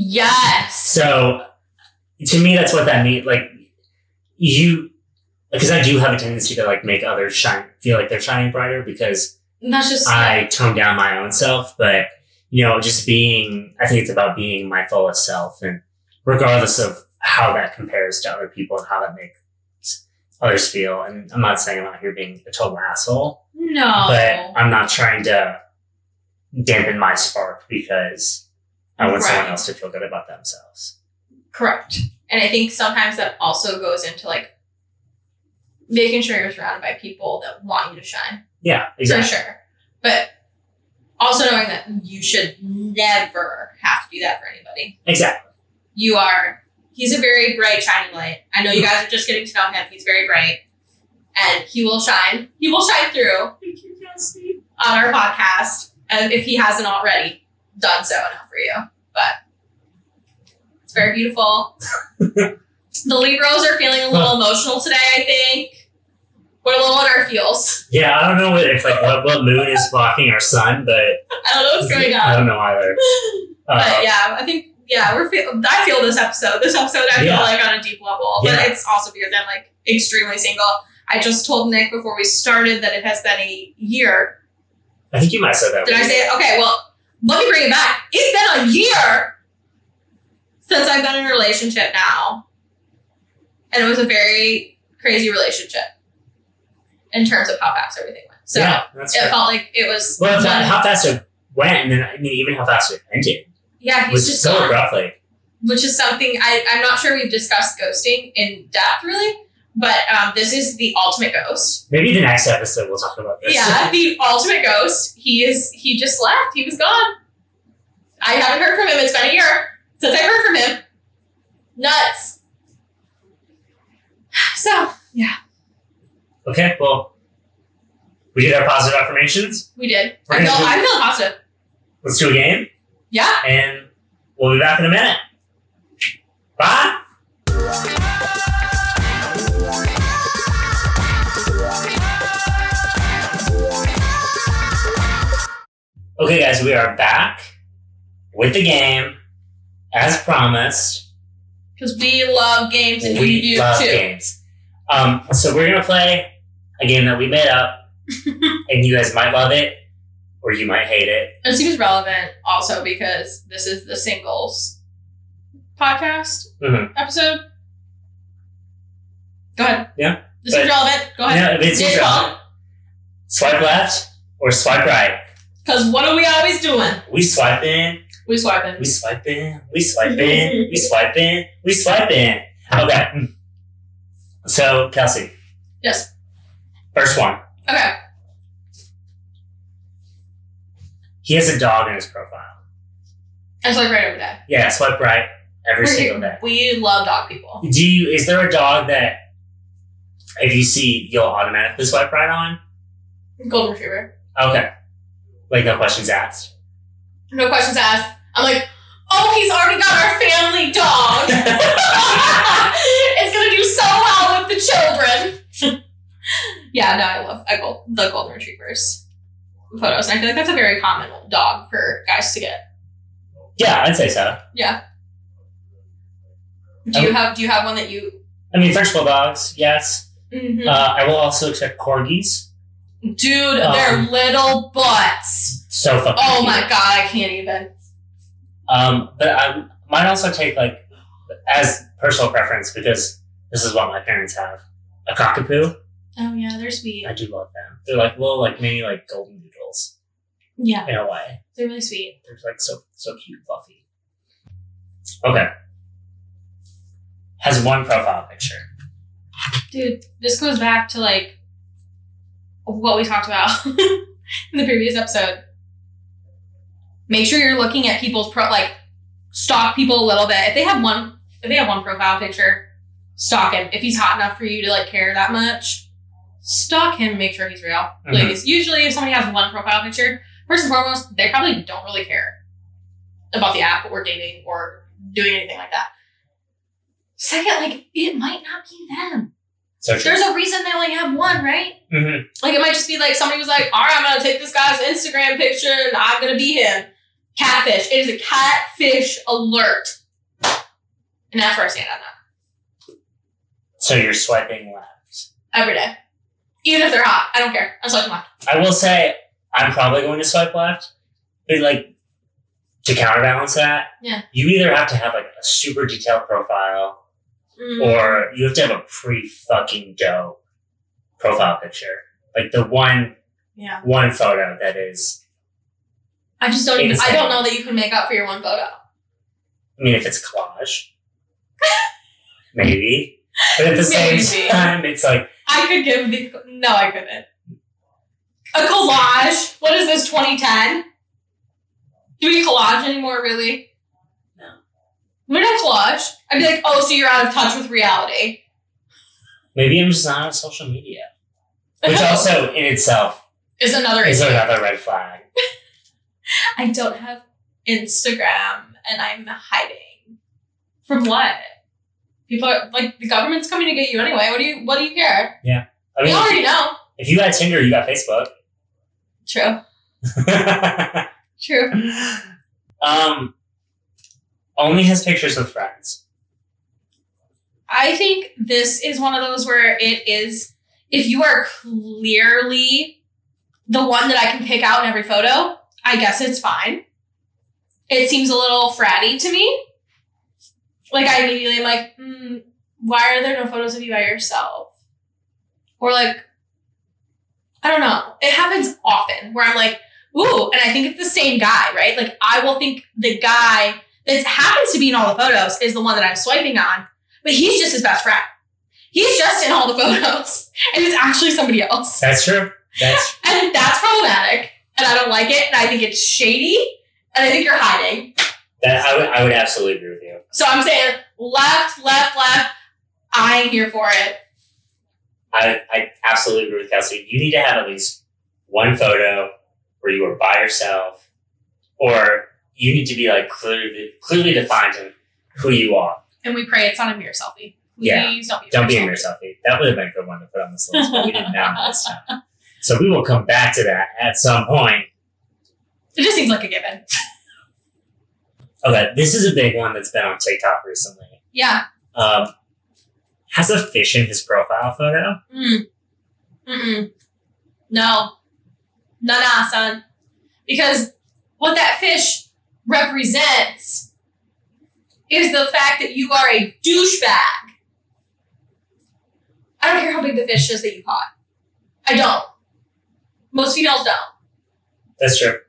Speaker 2: Yes.
Speaker 1: So, to me, that's what that means. Like you, because I do have a tendency to like make others shine, feel like they're shining brighter because
Speaker 2: And that's just
Speaker 1: I tone down my own self, but you know, just being, I think it's about being my fullest self and regardless of how that compares to other people and how that makes others feel. And I'm not saying I'm out here being a total asshole,
Speaker 2: no.
Speaker 1: but I'm not trying to dampen my spark because I want someone
Speaker 2: Right.
Speaker 1: else to feel good about themselves.
Speaker 2: Correct. And I think sometimes that also goes into like making sure you're surrounded by people that want you to shine.
Speaker 1: Yeah, exactly.
Speaker 2: For sure. But also knowing that you should never have to do that for anybody.
Speaker 1: Exactly.
Speaker 2: You are he's a very bright, shining light. I know you guys are just getting to know him. He's very bright. And he will shine. He will shine through on our podcast. And if he hasn't already done so enough for you. But it's very beautiful. the Libros are feeling a little emotional today, I think. We're a little in our feels.
Speaker 1: Yeah, I don't know what, if like what, what moon is blocking our sun, but
Speaker 2: I don't know what's going
Speaker 1: I don't
Speaker 2: on.
Speaker 1: know either. Uh,
Speaker 2: But yeah, I think yeah, we're feel I feel this episode. This episode I feel
Speaker 1: Yeah.
Speaker 2: like on a deep level. But
Speaker 1: Yeah.
Speaker 2: it's also because I'm like extremely single. I just told Nick before we started that it has been a year
Speaker 1: I think you might have said that.
Speaker 2: Did I say it? Okay, well, let me bring it back. It's been a year since I've been in a relationship now. And it was a very crazy relationship. in terms of how fast everything went. So
Speaker 1: yeah, that's
Speaker 2: it
Speaker 1: fair.
Speaker 2: felt like it was.
Speaker 1: Well, if that,
Speaker 2: one-
Speaker 1: how fast it went, and then I mean, even how fast it ended
Speaker 2: yeah, he's
Speaker 1: was
Speaker 2: just
Speaker 1: so
Speaker 2: gone.
Speaker 1: abrupt. Like,
Speaker 2: which is something I, I'm not sure we've discussed ghosting in depth really, but um, this is the ultimate ghost.
Speaker 1: maybe the next episode we'll talk about this.
Speaker 2: Yeah, the ultimate ghost. He is he just left. He was gone. I haven't heard from him. It's been a year since I've heard from him. Nuts. So
Speaker 1: Okay, well, we did our positive affirmations.
Speaker 2: we did.
Speaker 1: We're
Speaker 2: I feel
Speaker 1: gonna do-
Speaker 2: I feel positive.
Speaker 1: Let's do a game,
Speaker 2: Yeah.
Speaker 1: and we'll be back in a minute. Bye. Okay, guys, we are back with the game, as promised.
Speaker 2: Because we love games and
Speaker 1: we
Speaker 2: you do
Speaker 1: love
Speaker 2: too.
Speaker 1: games. Um, so we're gonna play a game that we made up, and you guys might love it or you might hate it.
Speaker 2: It seems relevant also because this is the singles podcast
Speaker 1: Mhm.
Speaker 2: episode. Go ahead.
Speaker 1: Yeah,
Speaker 2: This
Speaker 1: but-
Speaker 2: is relevant. Go ahead.
Speaker 1: No, but it's
Speaker 2: Did
Speaker 1: easier. Swipe left or swipe right.
Speaker 2: Because what are we always doing?
Speaker 1: We swipe in,
Speaker 2: We swiping.
Speaker 1: we swipe in, we swipe in, we swipe in, we swipe in. Okay. So Kelsey,
Speaker 2: Yes.
Speaker 1: first one.
Speaker 2: Okay.
Speaker 1: He has a dog in his profile.
Speaker 2: I swipe right over that.
Speaker 1: Yeah, swipe right every single day.
Speaker 2: We love dog people.
Speaker 1: Do you? Is there a dog that if you see you'll automatically swipe right on?
Speaker 2: Golden Retriever.
Speaker 1: Okay. Like no questions asked.
Speaker 2: No questions asked. I'm like, oh, he's already got our family dog. it's gonna do so well with the children. yeah, no, I love I go- the golden retrievers photos, and I feel like that's a very common dog for guys to get.
Speaker 1: yeah, I'd say so.
Speaker 2: Do you have Do you have one that you
Speaker 1: I mean, French bulldogs, yes.
Speaker 2: Mhm.
Speaker 1: Uh, I will also accept corgis.
Speaker 2: dude? They're
Speaker 1: Um,
Speaker 2: little butts.
Speaker 1: So fucking.
Speaker 2: Oh
Speaker 1: cute.
Speaker 2: my god, I can't even.
Speaker 1: Um, but I might also take like as personal preference because this is what my parents have. A cockapoo.
Speaker 2: Oh yeah, they're sweet.
Speaker 1: I do love them. They're like little, like mini, like golden noodles
Speaker 2: Yeah,
Speaker 1: in a way.
Speaker 2: they're really sweet.
Speaker 1: They're like so so cute, and fluffy. Okay. Has one profile picture.
Speaker 2: Dude, this goes back to like what we talked about in the previous episode. Make sure you're looking at people's pro like stalk people a little bit. If they have one if they have one profile picture, stalk him. If he's hot enough for you to like care that much, stalk him, make sure he's real. Like
Speaker 1: Mhm.
Speaker 2: it's usually if somebody has one profile picture, first and foremost, they probably don't really care about the app or dating or doing anything like that. Second, like it might not be them
Speaker 1: So true.
Speaker 2: there's a reason they only have one, right?
Speaker 1: hmm
Speaker 2: Like it might just be like somebody was like, all right, I'm gonna take this guy's Instagram picture and I'm gonna be him. Catfish. It is a catfish alert. And that's where I stand on that.
Speaker 1: So you're swiping left.
Speaker 2: Every day. Even if they're hot. I don't care. I'm swiping left.
Speaker 1: I will say I'm probably going to swipe left, but like to counterbalance that,
Speaker 2: Yeah.
Speaker 1: you either have to have like a super detailed profile
Speaker 2: Mm-hmm.
Speaker 1: Mm. or you have to have a pretty fucking dope profile picture. Like the one
Speaker 2: yeah.
Speaker 1: one photo that is
Speaker 2: I just don't even I
Speaker 1: Insane.
Speaker 2: don't know that you can make up for your one photo.
Speaker 1: I mean if it's a collage. maybe. But at the same
Speaker 2: Maybe.
Speaker 1: time it's like
Speaker 2: I could give the no, I couldn't. A collage. What is this, 2010? Do we collage anymore, really?
Speaker 1: No.
Speaker 2: We're not collage. I'd be like, oh, so you're out of touch with reality.
Speaker 1: maybe I'm just not on social media. Which also in itself
Speaker 2: is another
Speaker 1: is
Speaker 2: issue.
Speaker 1: another red flag.
Speaker 2: I don't have Instagram and I'm hiding. From what? People are like the government's coming to get you anyway. What do you what do you care?
Speaker 1: I
Speaker 2: we
Speaker 1: mean if
Speaker 2: already
Speaker 1: you,
Speaker 2: know.
Speaker 1: if you got Tinder, you got Facebook.
Speaker 2: True. True.
Speaker 1: um, only has pictures with friends.
Speaker 2: I think this is one of those where it is if you are clearly the one that I can pick out in every photo, I guess it's fine. It seems a little fratty to me. Like I immediately am like, "Hmm, mm, why are there no photos of you by yourself? Or like, I don't know. It happens often where I'm like, ooh, and I think it's the same guy, right? Like I will think the guy that happens to be in all the photos is the one that I'm swiping on, but he's just his best friend. He's just in all the photos, and it's actually somebody else.
Speaker 1: That's true. That's
Speaker 2: And that's problematic. And I don't like it. And I think it's shady. And I think you're hiding.
Speaker 1: that. I would I would absolutely agree with you.
Speaker 2: So I'm saying left, left, left. I ain't here for it.
Speaker 1: I I absolutely agree with Kelsey. You need to have at least one photo where you are by yourself, or you need to be like clearly clearly defined in who you are.
Speaker 2: And we pray it's not a mirror selfie.
Speaker 1: Yeah.
Speaker 2: Please don't be a
Speaker 1: Don't be a
Speaker 2: mirror
Speaker 1: mirror selfie. That would have been a good one to put on this list, but we didn't have it this time. So we will come back to that at some point.
Speaker 2: selfie. It just seems like a given.
Speaker 1: Okay, this is a big one that's been on TikTok recently.
Speaker 2: Yeah.
Speaker 1: Um, has a fish in his profile photo.
Speaker 2: Mm. Mm-mm. No. Nah, nah, son. Because what that fish represents is the fact that you are a douchebag. I don't care how big the fish is that you caught. I don't. Most females don't.
Speaker 1: That's true.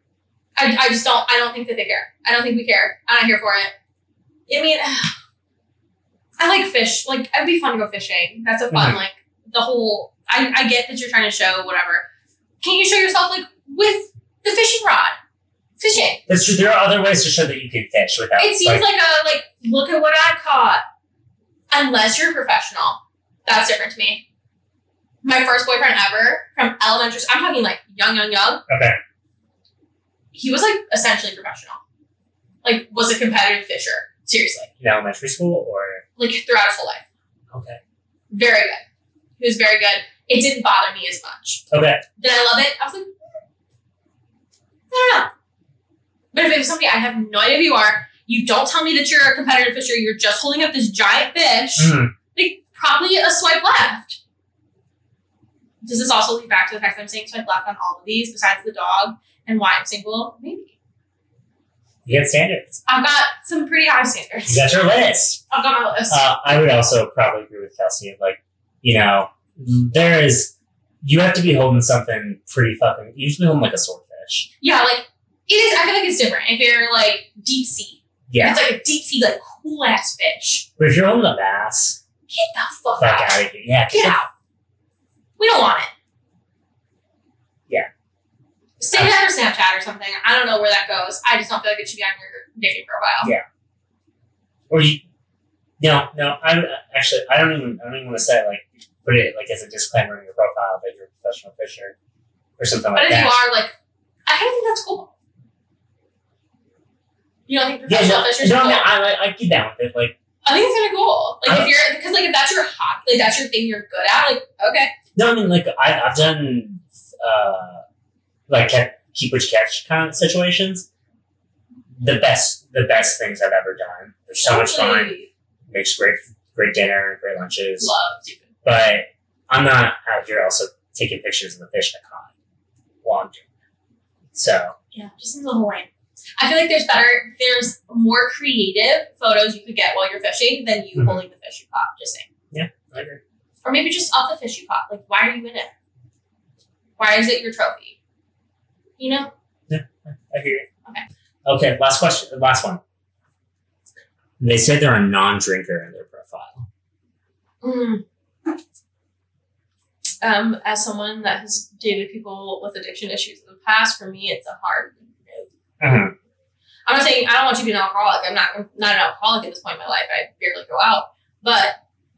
Speaker 2: I, I just don't. I don't think that they care. I don't think we care. I'm not here for it. I mean, I like fish. Like, it'd be fun to go fishing. That's a fun,
Speaker 1: Mhm.
Speaker 2: like, the whole. I, I get that you're trying to show whatever. Can you show yourself, like, with the fishing rod? Fishing.
Speaker 1: That's true. There are other ways to show that you can fish without.
Speaker 2: It seems
Speaker 1: like,
Speaker 2: like a, like, look at what I caught. Unless you're a professional. That's different to me. My first boyfriend ever from elementary I'm talking, like, young, young, young.
Speaker 1: okay.
Speaker 2: he was like essentially professional. Like was a competitive fisher. Seriously.
Speaker 1: In elementary school or
Speaker 2: Like throughout his whole life.
Speaker 1: okay.
Speaker 2: Very good. He was very good. It didn't bother me as much.
Speaker 1: Okay.
Speaker 2: Did I love it? I was like, "Hmm, I don't know. But if it was somebody I have no idea who you are, you don't tell me that you're a competitive fisher, you're just holding up this giant fish,
Speaker 1: Mm,
Speaker 2: like probably a swipe left. Does this also lead back to the fact that I'm saying swipe left on all of these besides the dog and why I'm single? Maybe.
Speaker 1: you got standards.
Speaker 2: I've got some pretty high standards.
Speaker 1: You got your list.
Speaker 2: I've got my list.
Speaker 1: Uh, I would also probably agree with Kelsey. Like, you know, there is. You have to be holding something pretty fucking. You have to be holding like a swordfish.
Speaker 2: yeah, like it is. I feel like it's different if you're like deep sea.
Speaker 1: Yeah.
Speaker 2: It's like a deep sea, like cool ass fish.
Speaker 1: But if you're holding a bass,
Speaker 2: Get the fuck
Speaker 1: fuck
Speaker 2: out.
Speaker 1: out of here. Yeah.
Speaker 2: Get out. We don't want it.
Speaker 1: Yeah.
Speaker 2: Save that for Snapchat or something. I don't know where that goes. I just don't feel like it should be on your dating profile.
Speaker 1: Or you. No, no. I actually. I don't even. I don't even want to say like. Put it like as a disclaimer in your profile that you're a professional fisher, or something like
Speaker 2: But if
Speaker 1: that.
Speaker 2: you are like, I kind of think that's cool. You don't think
Speaker 1: yeah,
Speaker 2: professional
Speaker 1: no,
Speaker 2: fishers are
Speaker 1: no,
Speaker 2: cool?
Speaker 1: no, I, like- I get down with it. Like,
Speaker 2: I think it's kind of cool. Like
Speaker 1: Uh,
Speaker 2: if you're because like if that's your hobby, like that's your thing you're good at. Like okay,
Speaker 1: No, I mean like I, I've done uh, like kept, keep what you catch kind of situations. The best, the best things I've ever done. There's so much fun.
Speaker 2: Totally
Speaker 1: Makes great, great dinner, great lunches.
Speaker 2: Love doing
Speaker 1: But I'm not out here also taking pictures of the fish I caught while I'm doing it. So
Speaker 2: Yeah, just in the whole line. I feel like there's better, there's more creative photos you could get while you're fishing than you
Speaker 1: Mhm.
Speaker 2: holding the fish you caught. Just saying,
Speaker 1: I agree.
Speaker 2: or maybe just off the fish you caught. Like, why are you in it? Why is it your trophy? You know,
Speaker 1: I hear you.
Speaker 2: Okay.
Speaker 1: Okay. Last question. Last one. They said they're a non-drinker in their profile.
Speaker 2: Mm. um, as someone that has dated people with addiction issues in the past, for me, it's a hard no.
Speaker 1: Mhm.
Speaker 2: I'm not saying I don't want you to be an alcoholic. I'm not I'm not an alcoholic at this point in my life. I barely go out, but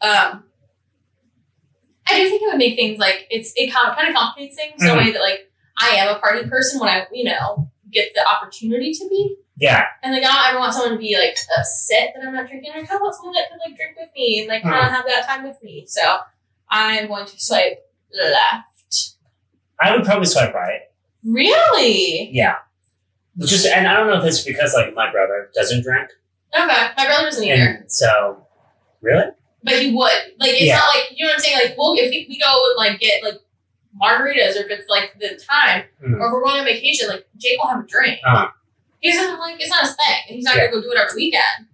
Speaker 2: um, I do think it would make things like it's it com- kind of complicates things in a way that like I am a party person when I you know get the opportunity to be,
Speaker 1: Yeah.
Speaker 2: and like I don't ever want someone to be like upset that I'm not drinking. I kind of want someone that could like drink with me and like kind of have that time with me. So I'm going to swipe left.
Speaker 1: I would probably swipe right.
Speaker 2: Really?
Speaker 1: Yeah. Just and I don't know if it's because like my brother doesn't drink,
Speaker 2: Okay, my brother doesn't either.
Speaker 1: and so really,
Speaker 2: But he would. Like it's
Speaker 1: Yeah.
Speaker 2: not like you know what I'm saying. Like well, if we we go and like get like margaritas, or if it's like the time,
Speaker 1: Mhm.
Speaker 2: or if we're going on vacation, like Jake will have a drink.
Speaker 1: Uh-huh.
Speaker 2: He's not like it's not his thing. and He's not gonna go do it every weekend.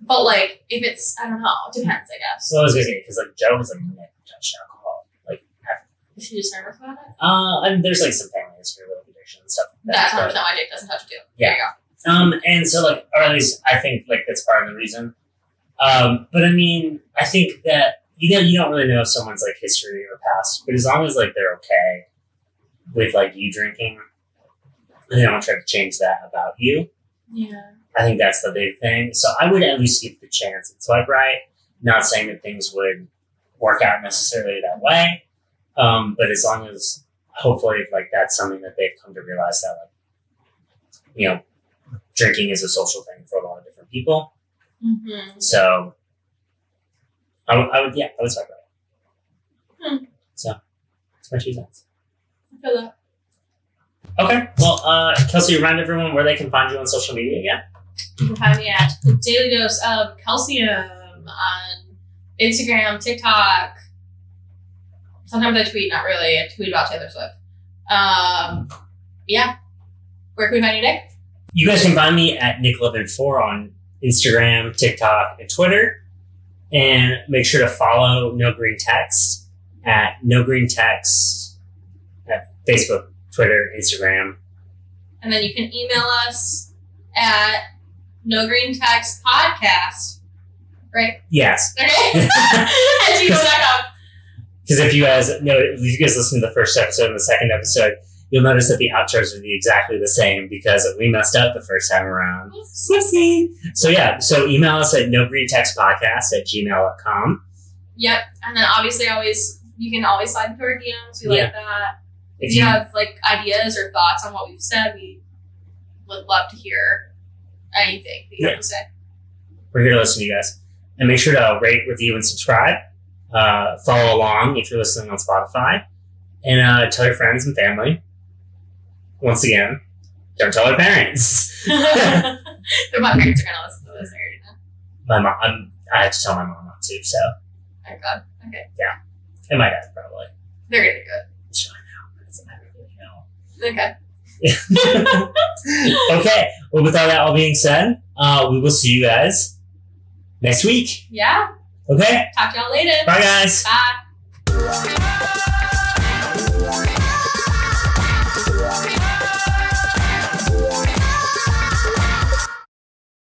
Speaker 2: But like if it's I don't know, it depends. I guess.
Speaker 1: so that was good because like Joe was like never touched alcohol, like ever.
Speaker 2: Is he just nervous about it?
Speaker 1: Uh, and there's like some family history with addiction and stuff like
Speaker 2: That's
Speaker 1: that.
Speaker 2: hundred
Speaker 1: but-
Speaker 2: percent why Jake doesn't touch it too.
Speaker 1: Yeah.
Speaker 2: There you go.
Speaker 1: Um, and so like, or at least I think like that's part of the reason. Um, but I mean, I think that you know you don't really know if someone's like history or past, but as long as like they're okay with like you drinking, and they don't try to change that about you,
Speaker 2: Yeah.
Speaker 1: I think that's the big thing. So I would at least give the chance and swipe right. Not saying that things would work out necessarily that way, um, but as long as hopefully like that's something that they've come to realize that like you know drinking is a social thing for a lot of different people.
Speaker 2: Mm-hmm.
Speaker 1: So I would, I would yeah I would swipe right.
Speaker 2: Hmm.
Speaker 1: So that's my two cents.
Speaker 2: I feel that.
Speaker 1: Okay, well uh, Kelsey, remind everyone where they can find you on social media again.
Speaker 2: You can find me at the Daily Dose of Calcium on Instagram, TikTok. Sometimes I tweet, not really. I tweet about Taylor Swift. Um, yeah. Where can we find you, Nick?
Speaker 1: You guys can find me at NickLevin4 on Instagram, TikTok, and Twitter. And make sure to follow No Green Text at No Green Text at Facebook, Twitter, Instagram.
Speaker 2: And then you can email us at no green text podcast. Right?
Speaker 1: Yes,
Speaker 2: Okay. at gmail.com.
Speaker 1: because if you guys know, if you guys listen to the first episode and the second episode, you'll notice that the outros will be exactly the same because we messed up the first time around. Whoopsie. So yeah, so email us at no green text podcast at gmail.com.
Speaker 2: Yep. And then obviously always you can always slide into our DMs. We
Speaker 1: Yeah.
Speaker 2: like that.
Speaker 1: If
Speaker 2: If you
Speaker 1: you-
Speaker 2: have like ideas or thoughts on what we've said, we would love to hear anything that you have to say.
Speaker 1: We're here to listen to you guys. And make sure to rate, review, and subscribe. Uh, follow along if you're listening on Spotify. And uh, tell your friends and family. Once again, don't tell our parents.
Speaker 2: But my parents are gonna listen to this I already know.
Speaker 1: My mom, I'm, I have to tell my mom not to, so.
Speaker 2: Oh god. Okay.
Speaker 1: And my dad, probably.
Speaker 2: They're gonna do
Speaker 1: Should I know? But it's- I don't really know.
Speaker 2: it. Okay.
Speaker 1: okay. Well, with all that all being said, uh, we will see you guys next week.
Speaker 2: Yeah.
Speaker 1: Okay?
Speaker 2: Talk to y'all later.
Speaker 1: Bye, guys.
Speaker 2: Bye.